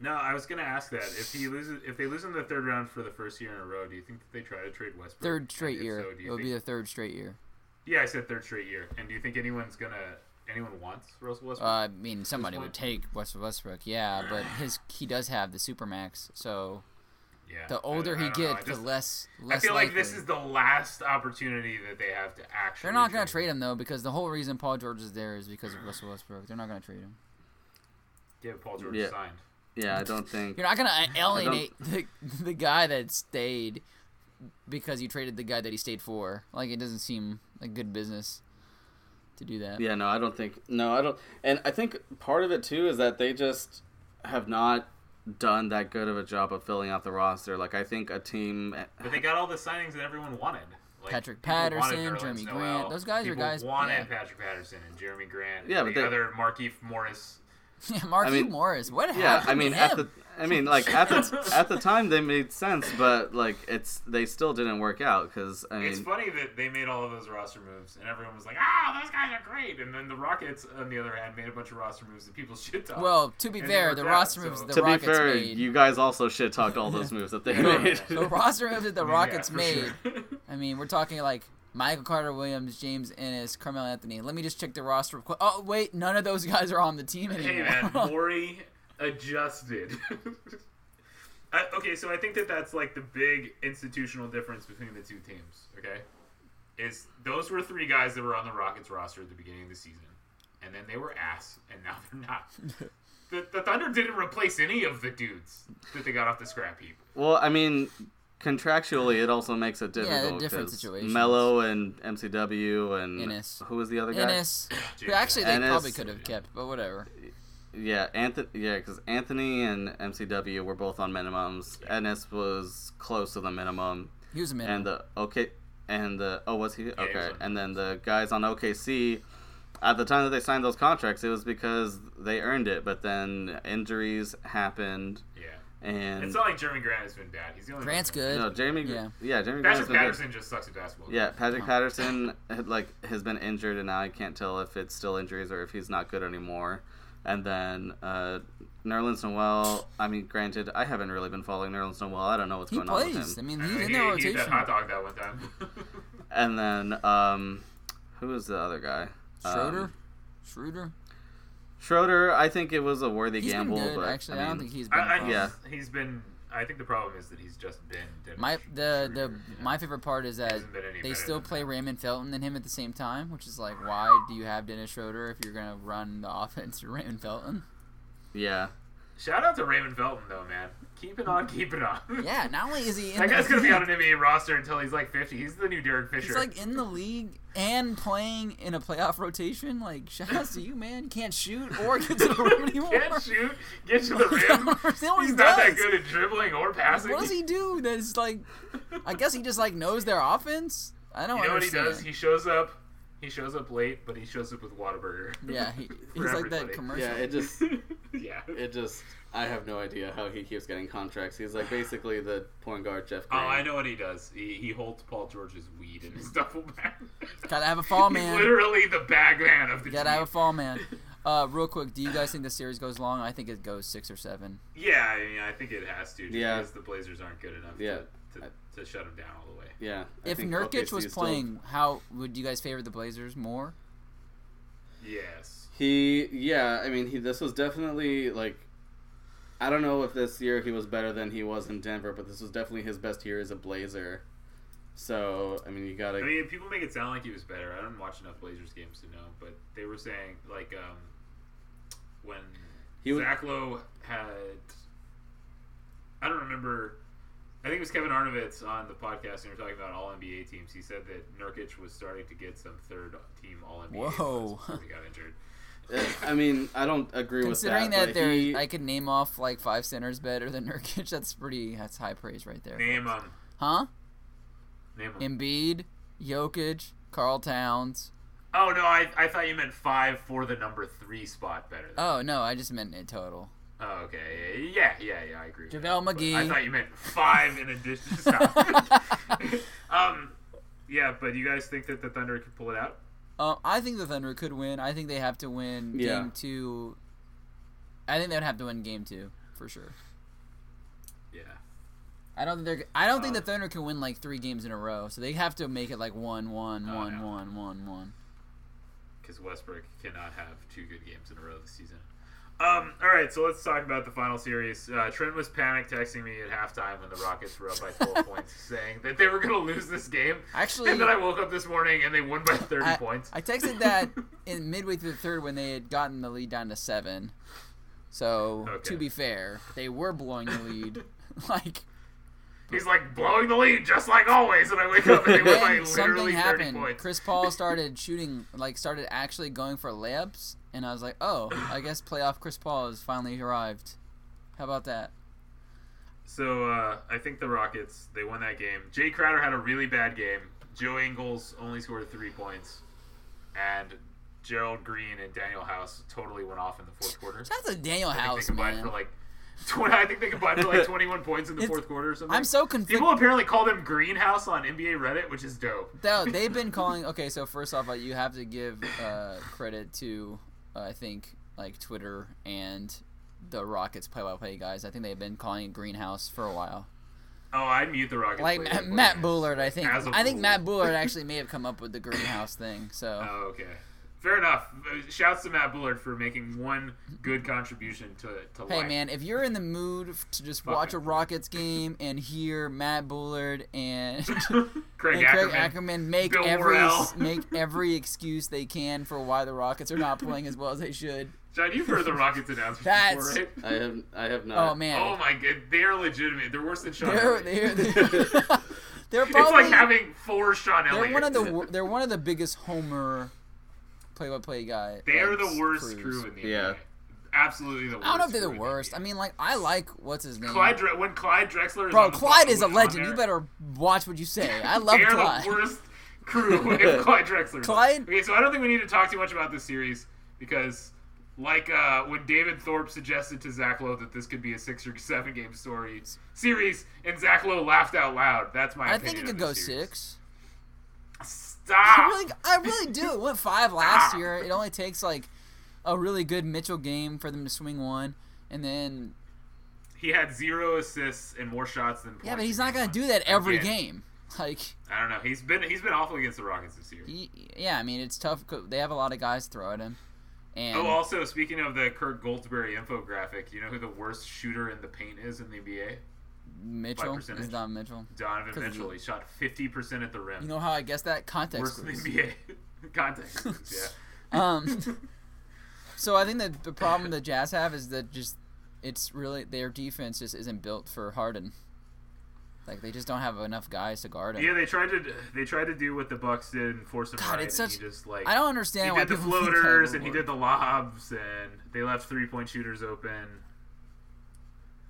No, I was gonna ask that if he loses, if they lose in the third round for the first year in a row, do you think that they try to trade Westbrook? Third straight And if year. so, do it you would be think- the third straight year. yeah, I said third straight year. And do you think anyone's gonna anyone wants Russell Uh, Westbrook? I mean, somebody would point. take Russell Westbrook, yeah, <sighs> but his he does have the supermax, so yeah. the older I, I he don't know, I gets, the just- less I less feel like likely. this is the last opportunity that they have to actually. They're not going to him. trade him though, because the whole reason Paul George is there is because of Russell Westbrook. They're not going to trade him. Give Paul George Yeah. signed. Yeah, <laughs> I don't think. You're not gonna uh, alienate <laughs> the, the guy that stayed because you traded the guy that he stayed for. Like it doesn't seem like good business to do that. Yeah, no, I don't think. No, I don't. And I think part of it too is that they just have not done that good of a job of filling out the roster. Like I think a team. But they got all the signings that everyone wanted. Like, Patrick people wanted Patterson, Nerlens Jeremy Noel. Grant. Those guys are People guys- wanted yeah. Patrick Patterson and Jeremy Grant. Yeah, Yeah, but but they- the other Markeith Morris. <laughs> Yeah, Marquise mean- Morris. What happened? Yeah, I mean to at him? the. I mean, like at <laughs> the at the time they made sense, but like it's they still didn't work out because I It's mean, funny that they made all of those roster moves, and everyone was like, "Ah, those guys are great." And then the Rockets, on the other hand, made a bunch of roster moves that people <laughs> shit talk. well, to be And it fair, worked the out, roster so- moves that the to be Rockets fair, <laughs> made. you guys also shit talked all those moves <laughs> that they made. the roster moves that the <laughs> Yeah, Rockets for made. sure. <laughs> I mean, we're talking like Michael Carter Williams, James Ennis, Carmelo Anthony. Let me just check the roster. real quick. Oh wait, none of those <laughs> guys are on the team hey anymore. <laughs> man, Maury adjusted. <laughs> I, okay, so I think that that's like the big institutional difference between the two teams. Okay, is those were three guys that were on the Rockets roster at the beginning of the season, and then they were ass, and now <laughs> they're not. the, the Thunder didn't replace any of the dudes that they got off the scrap heap. Well, I mean, contractually, it also makes it difficult. different 'cause situations. Melo and MCW and Ennis. who was the other guy? Ennis. James Who actually they Ennis. probably could have kept, but whatever. Yeah, Anthony. Yeah, because Anthony and MCW were both on minimums. Ennis was close to the minimum, He was a man. and the okay, and the oh, was he he was okay? on And then the guys on OKC, at the time that they signed those contracts, it was because they earned it. But then injuries happened, Yeah, and it's not like Jeremy Grant has been bad. He's the only one Grant's that- good. no, Jeremy. Yeah, Yeah. Oh. yeah Jeremy. Grant's Patrick been good. Patterson just sucks at basketball. Yeah, Patrick Patterson had, like has been injured, and now I can't tell if it's still injuries or if he's not good anymore. And then uh, Nerlens Noel. I mean, granted, I haven't really been following Nerlens Noel. I don't know what's He going on with plays. I him. mean, I he's know, in Uh, he, the he ate that rotation. hot dog that one time. <laughs> And then um, who is the other guy? Um, Schroeder, Schroeder. Schroeder. I think it was a worthy He's gamble, been good. but Actually, I, I, don't mean, think he's been. I, a I, problem. Yeah. he's been. I think the problem is that he's just been. Dennis My the the Schroeder. my favorite part is that Hasn't been any they better still than play Raymond Felton and him at the same time, which is like, why do you have Dennis Schroeder if you're gonna run the <laughs> offense through Raymond Felton? yeah. Shout out to Raymond Felton though, man. Keep it on, keep it <laughs> on. Yeah, not only is he in that the guy's gonna be league, on an NBA roster until he's like 50. He's the new Derek Fisher. he's like in the league and playing in a playoff rotation. Like, <laughs> shout out to you, man. You can't shoot or get to the rim anymore. <laughs> Can't shoot, get to the <laughs> I rim. don't understand what he's he not that does. good at dribbling or passing. What does <laughs> he do? That's like, I guess he just like knows their offense. I don't you know what he understand. does? He shoes up. He shows up late, but he shows up with Whataburger. <laughs> yeah, he, For he's like that everybody. commercial. It <laughs> just. yeah. It just. I have no idea how he keeps getting contracts. He's like basically the point guard Jeff. Oh, I know what he does. He, he holds Paul George's weed in his <laughs> duffel bag. Gotta <laughs> have a fall He's man. literally the bag man of the Gotta team. have a fall man. Uh, real quick, do you guys think the series goes long? I think it goes six or seven. Yeah, I mean, I think it has to. just Yeah. Because the Blazers aren't good enough Yeah. to, to, to shut him down all the way. Yeah. I if think Nurkic OKC was still- playing, how would you guys favor the Blazers more? Yes. He, yeah, I mean, he. This was definitely like, I don't know if this year he was better than he was in Denver, but this was definitely his best year as a Blazer. So I mean, you gotta. I mean, people make it sound like he was better. I don't watch enough Blazers games to know, but they were saying, like, um, when He was- Zach Lowe had. I don't remember. I think it was Kevin Arnovitz on the podcast, and we were talking about all NBA teams. He said that Nurkic was starting to get some third team all NBA. Whoa. He got injured. I mean, I don't agree with that. Considering that, but there, he- I could name off like five centers better than <laughs> Nurkic. That's pretty. That's high praise right there. Name them. Huh? <laughs> Name them. Embiid, Jokic, Carl Towns. Oh no, I, I thought you meant five for the number three spot better. Than Oh no, I just meant in total. oh, okay. Yeah, yeah, yeah. I agree. with JaVale that. But McGee. I thought you meant five in addition. Stop. <laughs> um, yeah, but you guys think that the Thunder could pull it out? Uh, I think the Thunder could win. I think they have to win Yeah. game two. I think they would have to win game two for sure. Yeah. I don't think they're. I don't think Uh, the Thunder can win like three games in a row. So they have to make it like one, one, Oh, one, yeah. one, one, one. because Westbrook cannot have two good games in a row this season. Um, all right, so let's talk about the final series. Uh, Trent was panic texting me at halftime when the Rockets were up by <laughs> 12 points, saying that they were going to lose this game. Actually- and then I woke up this morning and they won by 30 I, points. I texted <laughs> that in midway through the third when they had gotten the lead down to seven. So Okay. to be fair, they were blowing the <laughs> lead. <laughs> like He's like blowing the lead just like always, and I wake up and they win by then literally <laughs> something 30 happened. points. Chris Paul started shooting, like started actually going for layups, and I was like, oh, I guess playoff Chris Paul has finally arrived. How about that? So uh, I think the Rockets they won that game. Jay Crowder had a really bad game. Joe Ingles only scored three points, and Gerald Green and Daniel House totally went off in the fourth quarter. That's a Daniel I think House they combined man. for like. 20, I think they <laughs> combined for like 21 points in the It's- fourth quarter or something. I'm so confused. People apparently call them Greenhouse on NBA Reddit, which is dope. Though they've been calling. Okay, so first off, like, you have to give uh, credit to uh, I think like Twitter and the Rockets play-by-play guys. I think they've been calling it greenhouse for a while. Oh, I mute the Rockets. Like <laughs> player, Matt, but- Matt Bullard, I think. As a I think rule. Matt <laughs> Bullard actually may have come up with the greenhouse thing. So Oh, okay. Fair enough. Uh, Shouts to Matt Bullard for making one good contribution to to hey, life. man, if you're in the mood f- to just watch a Matt Rockets game and hear Matt Bullard and. <laughs> Craig <laughs> And Craig Ackerman. Ackerman make Bill every Worrell. make every excuse they can for why the Rockets are not playing as well as they <laughs> should. John, you've heard <laughs> the Rockets announcements That's- before, right? I have I have not. Oh man, Oh my god, they're legitimate. They're worse than Sean. They're Elliott. they're <laughs> they're, <laughs> they're it's probably like having four Sean they're Elliott. one of the wor- they're one of the biggest homer play-by-play guy. They're like, the worst crews. crew in the Yeah. NBA. Absolutely the worst. I don't know if they're the crew in worst. NBA. I mean, like I like what's his name, Clyde Dre- when Clyde Drexler is bro. on the Clyde phone is a with legend. John You Elliott, better watch what you say. I love They're Clyde. the worst <laughs> crew if Clyde Drexler. is on. Clyde- Okay, so I don't think we need to talk too much about this series because, like, uh, when David Thorpe suggested to Zach Lowe that this could be a six or seven game story series, and Zach Lowe laughed out loud. That's my. I opinion think it of could this go series. six. I Stop. really, I really do. It went five last Stop. year. It only takes like a really good Mitchell game for them to swing one, and then He had zero assists and more shots than. yeah, points but he's in not game gonna one. do that every Again. game. Like. I don't know. He's been he's been awful against the Rockets this year. He, yeah, I mean it's tough. 'cause They have a lot of guys throw at him, and Oh, also speaking of the Kirk Goldsberry infographic, you know who the worst shooter in the paint is in the NBA? by Mitchell percentage. is Don Mitchell. Donovan 'Cause of Mitchell. the- He shot fifty percent at the rim. You know how I guess that context. worst in the clues. NBA. <laughs> Context. clues, <laughs> yeah. <laughs> Um, so I think that the problem the Jazz have is that just it's really their defense just isn't built for Harden. Like they just don't have enough guys to guard him. Yeah, they tried to they tried to do what the Bucks did and force him God, right. it's and such- he just like I don't understand he why did the people think that floaters will and he work. did the lobs and they left three point shooters open.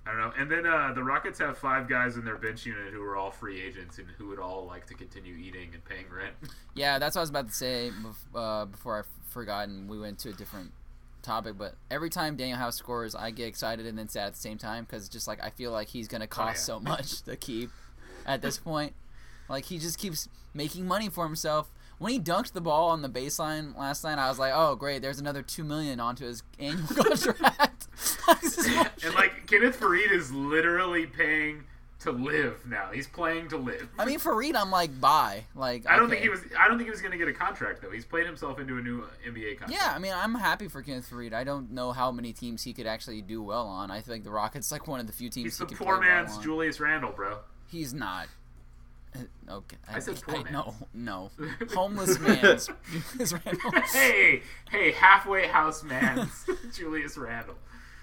I don't know. And then uh, the Rockets have five guys in their bench unit who are all free agents and who would all like to continue eating and paying <laughs> rent. Yeah, that's what I was about to say bef- uh, before I f- forgot and we went to a different topic. But every time Daniel House scores, I get excited and then sad at the same time because just like I feel like he's gonna cost Oh, yeah. so much to keep at this point. Like he just keeps making money for himself. When he dunked the ball on the baseline last night, I was like, "Oh, great! There's another two million onto his annual <laughs> contract." I was just like, <laughs> And like Kenneth Farid is literally paying to live now. He's playing to live. I mean, Farid, I'm like, "Bye!" Like, I don't think okay. he was. I don't think he was going to get a contract though. He's played himself into a new NBA contract. Yeah, I mean, I'm happy for Kenneth Reed. I don't know how many teams he could actually do well on. I think the Rockets like one of the few teams he's he the could poor play well man's on. Julius Randle, bro. He's not. Uh, Okay. I said poor man. No, <laughs> no. Homeless man's Julius Randle. <laughs> hey, hey, halfway house man's Julius Randle.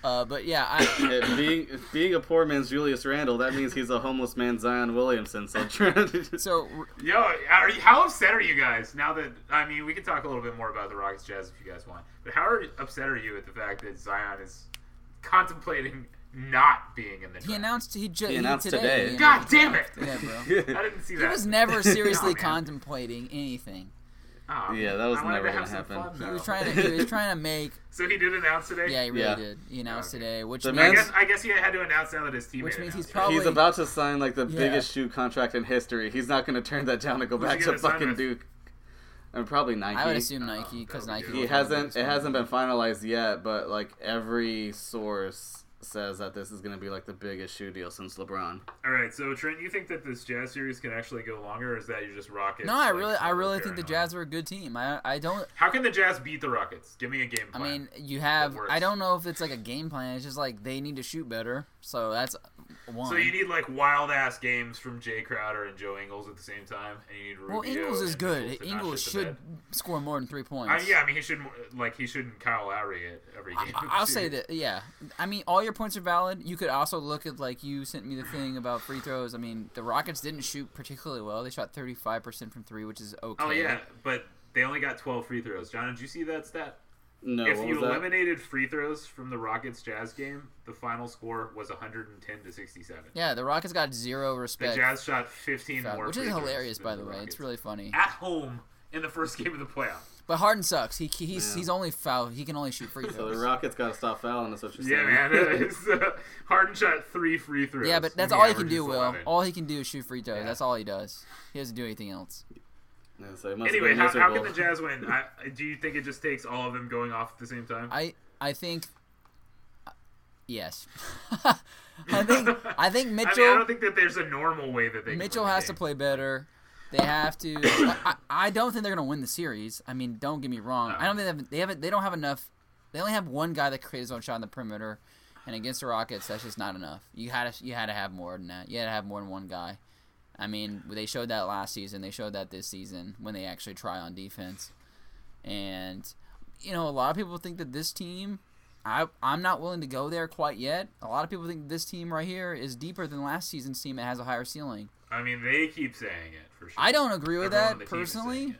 Uh, but yeah, I, It being being a poor man's Julius Randle, that means he's a homeless man Zion Williamson. So trying to <laughs> just- <laughs> so Yo, are you, how upset are you guys now that I mean we can talk a little bit more about the Rockets Jazz if you guys want, but how are, upset are you at the fact that Zion is contemplating not being in the draft? he announced he, ju- He announced today. today. he announced- God damn it! Yeah, bro. <laughs> I didn't see He that. was never seriously Oh, man. contemplating anything. Aw, Yeah, that was Ah, I wanted never to gonna have some happen. fun, He was though. trying to he was trying to <laughs> make So he did announce today. yeah he really Yeah. did. He announced Okay. today, which The I means man's- guess I guess he had to announce now that his teammate. Which means he's announced it. probably- he's about to sign like the Yeah. biggest shoe contract in history. He's not going to turn that down and go Who's back he to gonna sign fucking with? Duke. And probably Nike. I would assume Uh, Nike because that'll be Nike. good. he will hasn't. probably- It hasn't been finalized yet, but like every source says that this is going to be like the biggest shoe deal since LeBron. All right, so Trent, you think that this Jazz series can actually go longer, or is that you just Rockets? No, I like, really I really think the paranoid? Jazz are a good team. I I don't. How can the Jazz beat the Rockets? Give me a game I plan. mean, you have. works. I don't know if it's like a game plan. It's just like they need to shoot better. So that's one. so you need like wild ass games from Jay Crowder and Joe Ingles at the same time, and you need Rubio well, Ingles is and good. Ingles to not Ingles shit the should bed. score more than three points. I, yeah, I mean he should like he shouldn't Kyle Lowry at every game. I- I'll say that, yeah. I mean, all your points are valid. You could also look at, like, you sent me the thing about free throws. I mean, the Rockets didn't shoot particularly well. They shot 35% from three, which is okay. <laughs> Oh yeah, but they only got 12 free throws. John, did you see that stat? No, if what you was that? eliminated free throws from the Rockets Jazz game, the final score was 110 to 67. Yeah, the Rockets got zero The respect. Jazz shot 15 foul, more, which free is throws hilarious, than by the way. Rockets. It's really funny. at home in the first game of the playoff. But Harden sucks. He he's Yeah. he's only foul. He can only shoot free So the throws. Rockets got to stop fouling. That's what you're Yeah, saying. man. <laughs> It's, uh, Harden shot three free throws. Yeah, but that's He all he can averages do, Will. 11. All he can do is shoot free throws. Yeah. That's all he does. He doesn't do anything else. Yeah, so it must have Anyway, been how, how can miserable. the Jazz win? I, I- do you think it just takes all of them going off at the same time? I I think. uh, Yes, <laughs> I think I think I, Mitchell mean, I don't think that there's a normal way that they. can Mitchell win the has to game. play better. They have to. <coughs> I, I I don't think they're gonna win the series. I mean, don't get me wrong. I don't think they have, they haven't. They don't have enough. They only have one guy that creates his own shot on the perimeter, and against the Rockets, that's just not enough. You had to you had to have more than that. You had to have more than one guy. I mean, they showed that last season. They showed that this season when they actually try on defense. And you know, a lot of people think that this team. I, I'm not willing to go there quite yet. A lot of people think this team right here is deeper than last season's team. It has a higher ceiling. I mean, they keep saying it for sure. I don't agree with Everyone on the that team is saying personally. it.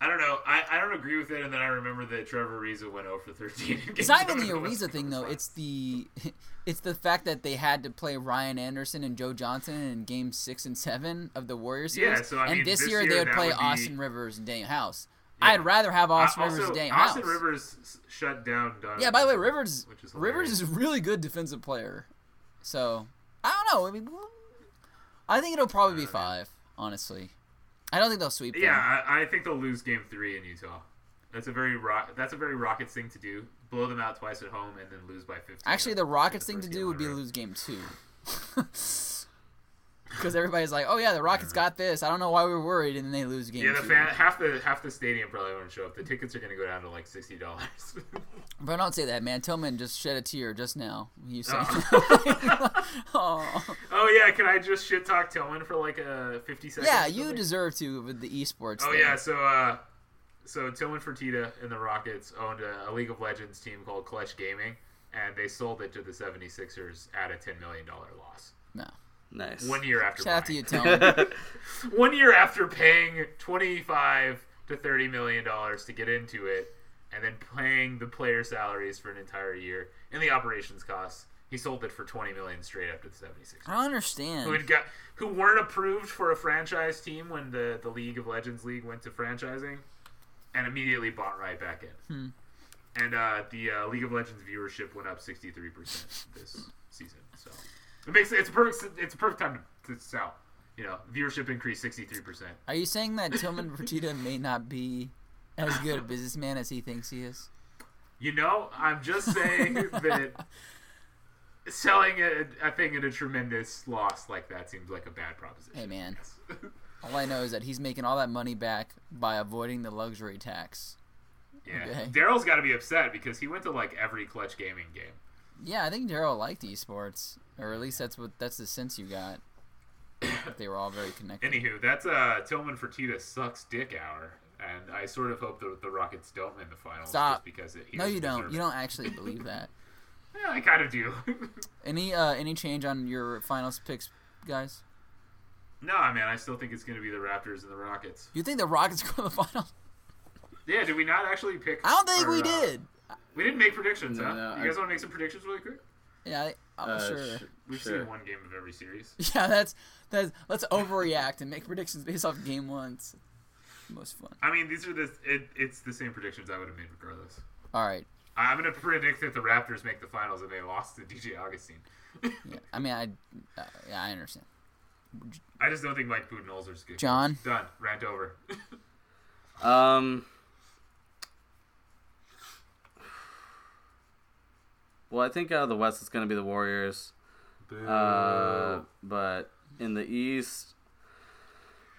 I don't know. I, I don't agree with it, and then I remember that Trevor Ariza went 0 for 13. <laughs> in game It's not seven even the of Western Ariza thing though. Conference It's the <laughs> it's the fact that they had to play Ryan Anderson and Joe Johnson in Game Six and Seven of the Warriors Yeah, series, so, I mean, and this, this year, year they would that play would be- Austin Rivers and Daniel House. Yeah. I'd rather have Uh, Austin also, Rivers and Daniel Austin House. Rivers s- shut down. Donovan yeah, by the way, Mitchell, Rivers which is Rivers hilarious. is a really good defensive player. So I don't know. I mean, I think it'll probably be five. Honestly, I don't think they'll sweep. them. Yeah, I, I think they'll lose Game Three in Utah. That's a very ro- that's a very Rockets thing to do. Blow them out twice at home and then lose by 15. Actually, the in Rockets the thing to first do game would be in a row. lose game two. <laughs> Because everybody's like, oh, yeah, the Rockets got this. I don't know why we are worried. And then they lose game Yeah, the two. fan, half the half the stadium probably won't show up. The tickets are going to go down to like sixty dollars. <laughs> But don't say that, man. Tillman just shed a tear just now. You said. <laughs> <laughs> Oh. Aw. oh yeah, can I just shit talk Tillman for like a uh, fifty seconds? Yeah, or you something? deserve to with the esports. Oh thing. yeah, so uh, so Tillman Fertitta and the Rockets owned a, a League of Legends team called Clutch Gaming, and they sold it to the 76ers at a ten million dollar loss. No. Nice. One year after Shout out to buying. you, <laughs> Tillman. one year after paying 25 to 30 million dollars to get into it and then paying the player salaries for an entire year and the operations costs he sold it for 20 million straight up to the 76ers I don't who, had understand. got, who weren't approved for a franchise team when the, the league of legends league went to franchising and immediately bought right back in and uh, the uh, league of legends viewership went up 63% this season so it makes it's a perfect it's a perfect time to, to sell you know viewership increased 63% Are you saying that Tillman Fertitta may not be as good a businessman as he thinks he is? You know, I'm just saying that selling a, a thing at a tremendous loss like that seems like a bad proposition. Hey, <laughs> man. All I know is that he's making all that money back by avoiding the luxury tax. yeah. Okay. Daryl's got to be upset because he went to like every Clutch Gaming game. Yeah, I think Daryl liked esports, or at least that's what that's the sense you got. That they were all very connected. Anywho, that's uh, Tillman Fertitta sucks dick hour, and I sort of hope that the Rockets don't win the finals Stop. just because it, he No, doesn't you don't. deserve You it. don't actually believe that. Yeah, I kind of do. <laughs> Any uh, any change on your finals picks, guys? nah, man, I still think it's going to be the Raptors and the Rockets. You think the Rockets <laughs> go to the finals? Yeah, did we not actually pick? I don't think our, we uh, did. we didn't make predictions, No, huh? no, you I- guys want to make some predictions really quick? Yeah, I, I'm Uh, sure. sh- We've sure. seen one game of every series. <laughs> Yeah, that's that's. Let's overreact and make predictions based off game ones. Most fun. I mean, these are the it, it's the same predictions I would have made regardless. All right. I'm going to predict that the Raptors make the finals and they lost to DJ Augustine. <laughs> Yeah, I mean, I uh, yeah, I understand. I just don't think Mike Budenholzer's good. John, Done. Rant over. Um. Well, I think out of the West, it's going to be the Warriors. Uh, but in the East,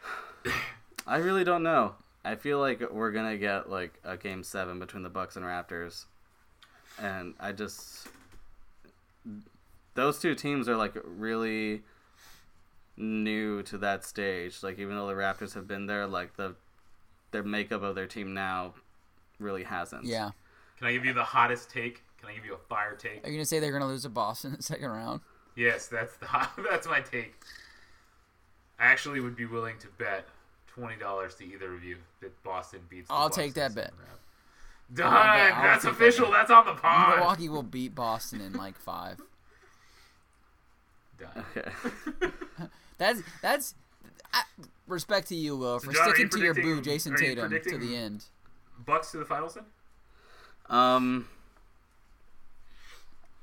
<sighs> I really don't know. I feel like we're gonna get like a game seven between the Bucks and Raptors, and I just those two teams are like really new to that stage. Like even though the Raptors have been there, like the their makeup of their team now really hasn't. yeah, Can I give you the hottest take? Can I give you a fire take? are you gonna say they're gonna lose to Boston in the second round? Yes, that's the hot, <laughs> that's my take. I actually would be willing to bet twenty dollars to either of you that Boston beats. the I'll take that Boston bet. Celtics. Done. I'll bet- I'll that's take that official. bet. That's on the pod. Milwaukee will beat Boston in like five. Done. Okay. <laughs> That's that's I, respect to you, Will, for John, are you sticking to your predicting- boo, Jason are you Tatum, to predicting- the end. Bucks to the finals. Then um.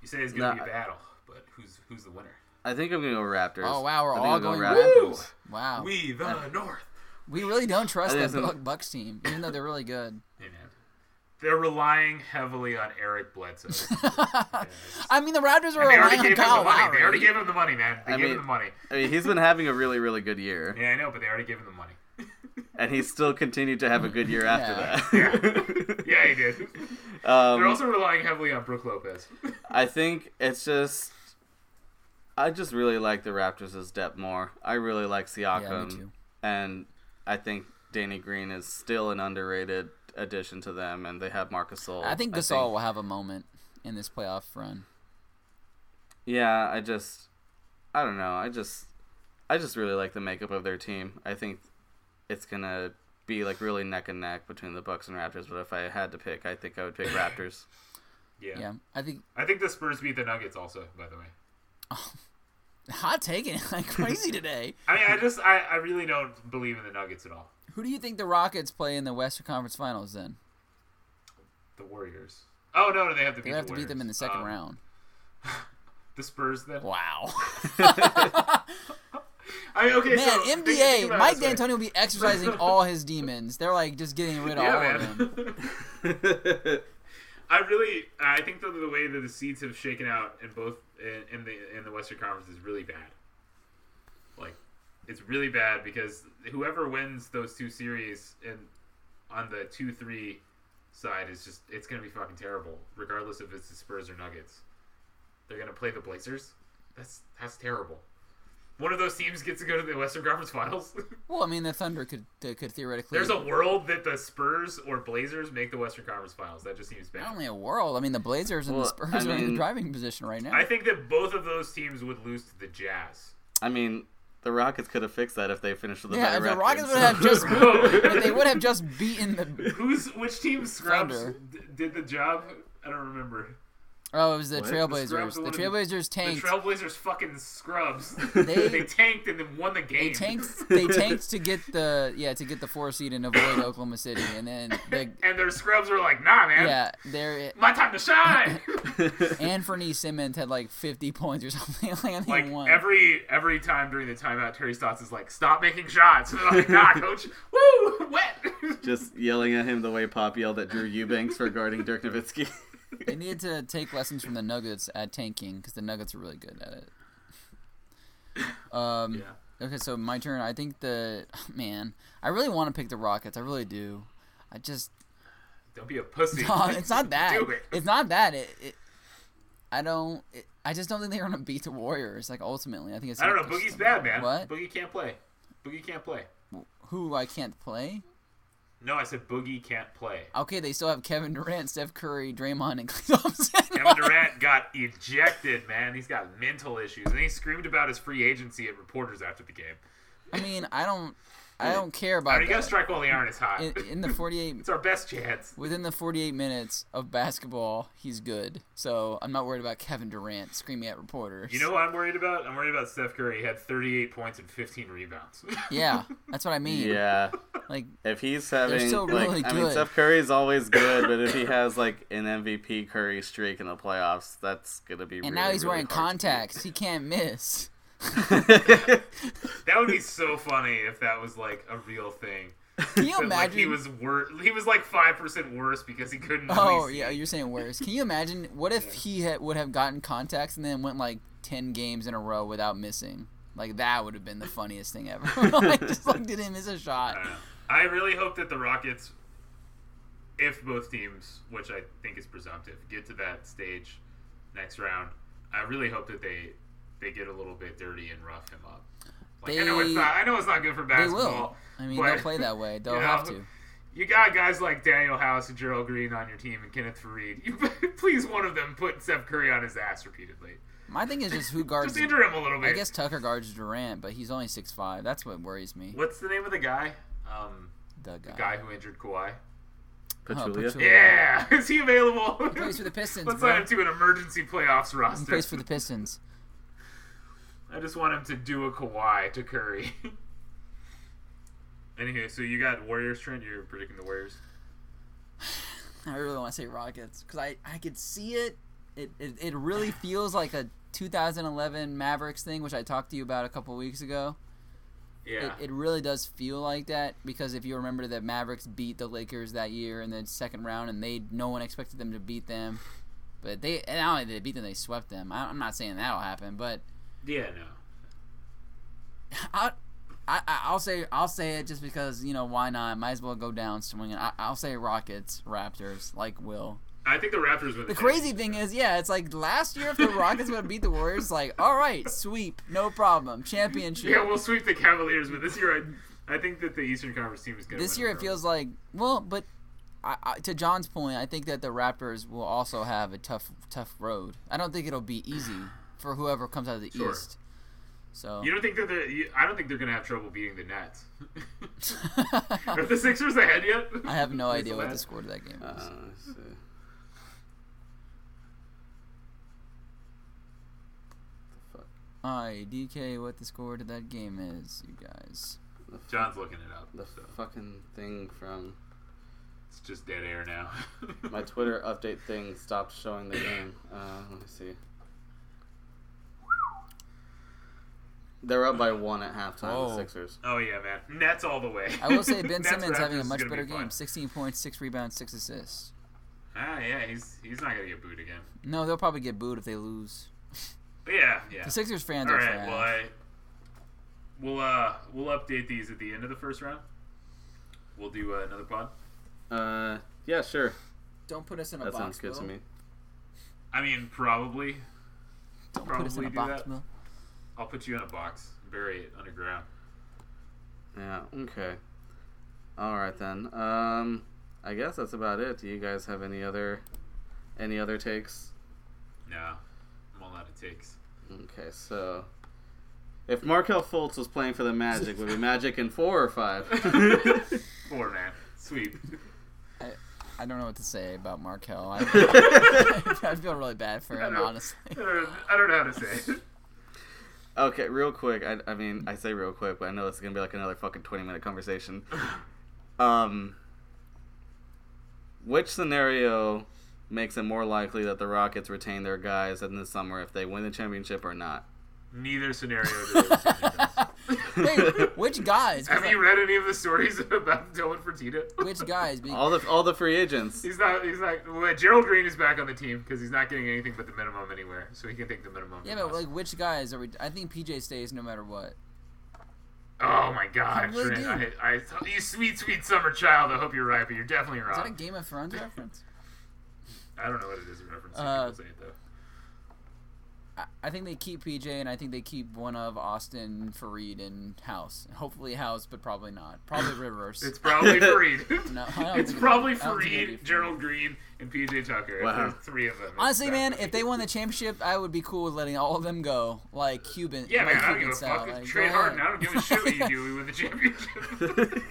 you say it's gonna No. be a battle, but who's who's the winner? I think I'm gonna go Raptors. Oh, wow, we're I think all I'm gonna going Raptors. Woo! Wow, we, We the North. really don't trust I that think- Buck- Bucks team, even though they're really <laughs> good. Amen. They're relying heavily on Eric <laughs> Bledsoe. I mean, the Raptors were And they relying already gave on him the Kyle money. They Lowry. already gave him the money, man. They I gave mean- him the money. I mean, he's been having a really, really good year, Yeah, I know, but they already gave him the money. and he still continued to have a good year after <laughs> that. Yeah, he did. They're um, also relying heavily on Brooke Lopez. I think it's just, I just really like the Raptors' depth more. I really like yeah, Siakam, me too. and I think Danny Green is still an underrated addition to them, and they have Marcus Gasol. I think Gasol think- will have a moment in this playoff run. Yeah, I just I don't know. I just I just really like the makeup of their team. I think it's gonna be like really neck and neck between the Bucks and Raptors, but if I had to pick, I think I would pick Raptors. Yeah. Yeah, I think I think the Spurs beat the Nuggets also, by the way. hot taking <laughs> like <laughs> crazy today. I mean, I just, I, I really don't believe in the Nuggets at all. Who do you think the Rockets play in the Western Conference Finals? Then The Warriors. Oh, no, no, they have to beat they have the to beat them in the Warriors. second Um, round. The Spurs then? <laughs> Wow, I mean, okay, man, so. think- think about NBA it Mike this way. D'Antoni will be <laughs> exercising all his demons. They're like just getting rid of all Yeah, of them. man. <laughs> I really, I think the, the way that the seeds have shaken out in both in, in the in the Western Conference is really bad. Like, it's really bad because whoever wins those two series and on the two three side is just it's gonna be fucking terrible, regardless if it's the Spurs or Nuggets. They're gonna play the Blazers. That's that's terrible. One of those teams gets to go to the Western Conference Finals. <laughs> Well, I mean, the Thunder could they could theoretically. There's a world that the Spurs or Blazers make the Western Conference Finals. That just seems not bad. only a world. I mean, the Blazers and Well, the Spurs I are in the mean- driving position right now. I think that both of those teams would lose to the Jazz. I mean, the Rockets could have fixed that if they finished with the yeah, better if the record, Rockets would so- <laughs> have just <laughs> Bro. they would have just beaten the. Who's which team Scrubs Thunder. d- did the job? I don't remember. Oh, it was the What? Trailblazers. Describe the The one- Trailblazers tanked. The Trailblazers fucking Scrubs. <laughs> They- they tanked and then won the game. They tanked. They tanked to get the yeah to get the four seed and avoid Oklahoma City, and then they And their Scrubs were like, nah, man. yeah they're My time <laughs> to shine. Anthony Simmons had like 50 points or <laughs> something. Like, I think he like won. every every time during the timeout, Terry Stotts is like, stop making shots. <laughs> And they're like, nah, coach. Woo, wet. <laughs> <laughs> just yelling at him the way Pop yelled at Drew Eubanks for guarding Dirk Nowitzki. <laughs> They needed to take lessons from the Nuggets at tanking because the Nuggets are really good at it. Um, yeah. Okay, so my turn. I think the <sighs> man. I really want to pick the Rockets. I really do. I just <laughs> Don't be a pussy. Don, it's not that. <laughs> Do it. It's not that. It. it I don't. It, I just don't think they're gonna beat the Warriors. Like ultimately, I think it's. I don't know. not just Boogie's them. bad, man. What? Boogie can't play. Boogie can't play. Who I can't play? No, I said Boogie can't <laughs> play. Okay, they still have Kevin Durant, Steph Curry, Draymond, and <laughs> Klay Thompson. Kevin Durant got ejected, man. He's got mental issues, and he screamed about his free agency at reporters after the game. I mean, I don't, I don't care I about mean, you gotta that. strike while the iron is hot. In, in the 48 <laughs> it's our best chance. within the 48 minutes of basketball, he's good. So I'm not worried about Kevin Durant screaming at reporters. You know what I'm worried about? I'm worried about Steph Curry. He had 38 points and 15 rebounds. <laughs> Yeah, that's what I mean. Yeah. Like, If he's having still like really I mean good. Steph Curry's always good, but if he has like an MVP Curry streak in the playoffs, that's gonna be and really, now he's really wearing hard contacts. He can't miss. <laughs> to beat. that would be so funny if that was like a <laughs> real thing. Can you That, like imagine? he was wor- he was like five percent worse because he couldn't. <laughs> oh really see. yeah, you're saying worse. Can you imagine? What if he ha- would have gotten contacts and then went like 10 games in a row without missing? Like that would have been the funniest thing ever. <laughs> like just like didn't miss a shot. I don't know. I really hope that the Rockets, if both teams, which I think is presumptive, get to that stage next round, I really hope that they they get a little bit dirty and rough him up. Like, I know it's They- not. I know it's not good for They basketball. will. I mean, but they'll play that way. They'll you know, have to. You got guys like Daniel House and Gerald Green on your team, and Kenneth Faried. You <laughs> please one of them put Steph Curry on his ass repeatedly. My thing is just who guards. Just injure him a little bit. I guess Tucker guards Durant, but he's only 6'5". That's what worries me. What's the name of the guy? Um, The guy. guy who injured Kawhi. Pachulia? Pachulia. Yeah, <laughs> is he available? plays for the Pistons, Let's bro. add him to an emergency playoffs He roster. plays for the Pistons. I just want him to do a Kawhi to Curry. <laughs> anyway, so you got Warriors trend. You're predicting the Warriors. I really want to say Rockets because I, I could see it. It, it. it really feels like a 2011 Mavericks thing, which I talked to you about a couple weeks ago. Yeah. It, it really does feel like that because if you remember that Mavericks beat the Lakers that year in the second round, and they no one expected them to beat them, but they and not only did they beat them, they swept them. I, I'm not saying that'll happen, but yeah. No. I, I, I'll say I'll say it just because you know why not? Might as well go down swinging. I, I'll say Rockets, Raptors, like Will. I think the Raptors win. The <laughs> crazy thing is, yeah, it's like last year if the Rockets would beat the Warriors, like all right, sweep, no problem, championship. Yeah, we'll sweep the Cavaliers, but this year I, I think that the Eastern Conference team is going. this year it feels like well, but I, I, to John's point, I think that the Raptors will also have a tough tough road. I don't think it'll be easy for whoever comes out of the Sure. East. So You don't think that they're? You, I don't think they're going to have trouble beating <laughs> the Nets. <laughs> Are the Sixers ahead yet? I have <laughs> no idea what Matt? the score to that game Uh, is. let's see. The fuck? I DK what the score to that game is, you guys. The fu- John's looking it up. The so fucking thing from it's just dead air now. <laughs> my Twitter update thing stopped showing the game. Uh, let me see. They're up by one at halftime. Oh. The Sixers. oh yeah, man, Nets all the way. I will <laughs> say Ben Nets Simmons having Raptors a is much gonna be better fun. game. 16 points, 6 rebounds, 6 assists. Ah yeah, he's he's not gonna get booed again. No, they'll probably get booed if they lose. But yeah, yeah. The Sixers fans all are right, trash. well I we'll uh we'll update these at the end of the first round. We'll do uh, another pod. Uh, yeah, sure. Don't put us in a That box. sounds good to Will. me. I mean, probably Don't put us in Probably a do box. that. Will. I'll put you in a box, bury it underground. Yeah. Okay. All right then. Um, I guess that's about it. Do you guys have any other, any other takes? No, I'm all out <laughs> of takes. Okay, so if Markel Fultz was playing for the Magic, would it be Magic in four or five? Four man, sweep. I don't know what to say about Markel. <laughs> I, I feel really bad for I him, don't- I <laughs> honestly. <laughs> don't, I don't know how to say. it. okay, real quick. I, I mean, I say real quick, but I know it's gonna be like another fucking twenty minute conversation. Um, which scenario makes it more likely that the Rockets retain their guys in the summer if they win the championship or not? Neither scenario. do I <laughs> see. Wait, which guys? 'Cause, Have you read any of the stories <laughs> about Dylan Fertitta? like, <laughs> which guys? Be- All the all the free <laughs> agents. <laughs> He's not. He's not. Well, Gerald Green is back on the team because he's not getting anything but the minimum anywhere, so he can take the minimum. yeah, from but us. like which guys are we? I think PJ stays no matter what. oh my God, What do we Trent, I, I, you sweet, sweet summer child. I hope you're right, but you're definitely Is that a wrong. Game of Thrones reference? I I don't know what it is in reference to Uh, people say it though. I, I think they keep PJ and I think they keep one of Austin, Farid, and House. Hopefully House, but probably not. <laughs> Probably Rivers. <laughs> It's probably Farid. No, <laughs> I don't it's think- probably I don't think it'd be Farid, Fareed. Gerald Green, and PJ Tucker. Wow. There's three of them. It's Honestly, that man, much. if they won the championship, I would be cool with letting all of them go, like Cuban. yeah, like man, I don't give Cuban a style, fuck. like, Trey go Harden, on. I don't give a shit what you do. <laughs> We win the championship. The-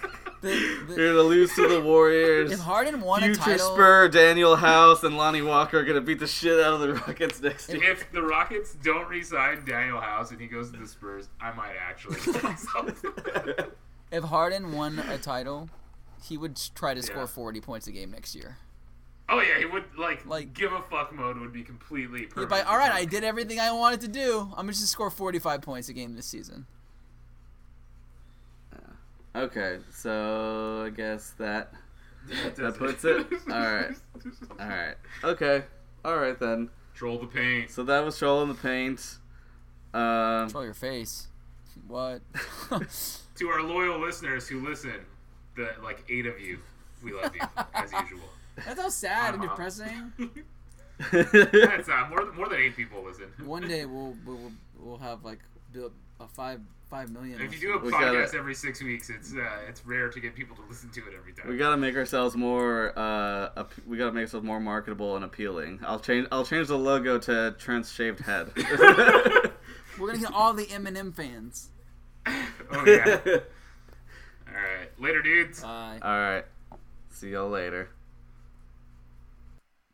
the- You're gonna lose to the Warriors. if Harden won a Future title, Spur, Daniel House, and Lonnie Walker are gonna beat the shit out of the Rockets next year. <laughs> if the Rockets don't re-sign Daniel House and he goes to the Spurs, I might <laughs> actually kill myself. if Harden won a title, he would s- try to score Yeah. 40 points a game next year. oh yeah, he would like, Like- give a fuck mode would be completely. He'd Permanent. be like, all right, I did everything I wanted to do. I'm just gonna score 45 points a game this season. Okay, so I guess that. <laughs> That does that puts <laughs> it? Alright. All right. Okay. All right then. Troll the paint. So that was Troll in the Paint. Um, <laughs> Control your face. <laughs> What? to our loyal listeners who listen, the like eight of you, we love you as usual. <laughs> That's how sad and Uh-huh. depressing. That's uh, more than more than eight people listen. One day we'll we'll, we'll have like build a five five million. If you do a We gotta- podcast every six weeks, it's uh, it's rare to get people to listen to it every time. we gotta make ourselves more. Uh, ap- we gotta make ourselves more marketable and appealing. I'll change. I'll change the logo to Trent's shaved <laughs> head. We're gonna get all the Eminem fans. oh <laughs> yeah. All right, later, dudes. Bye. All right. See y'all later.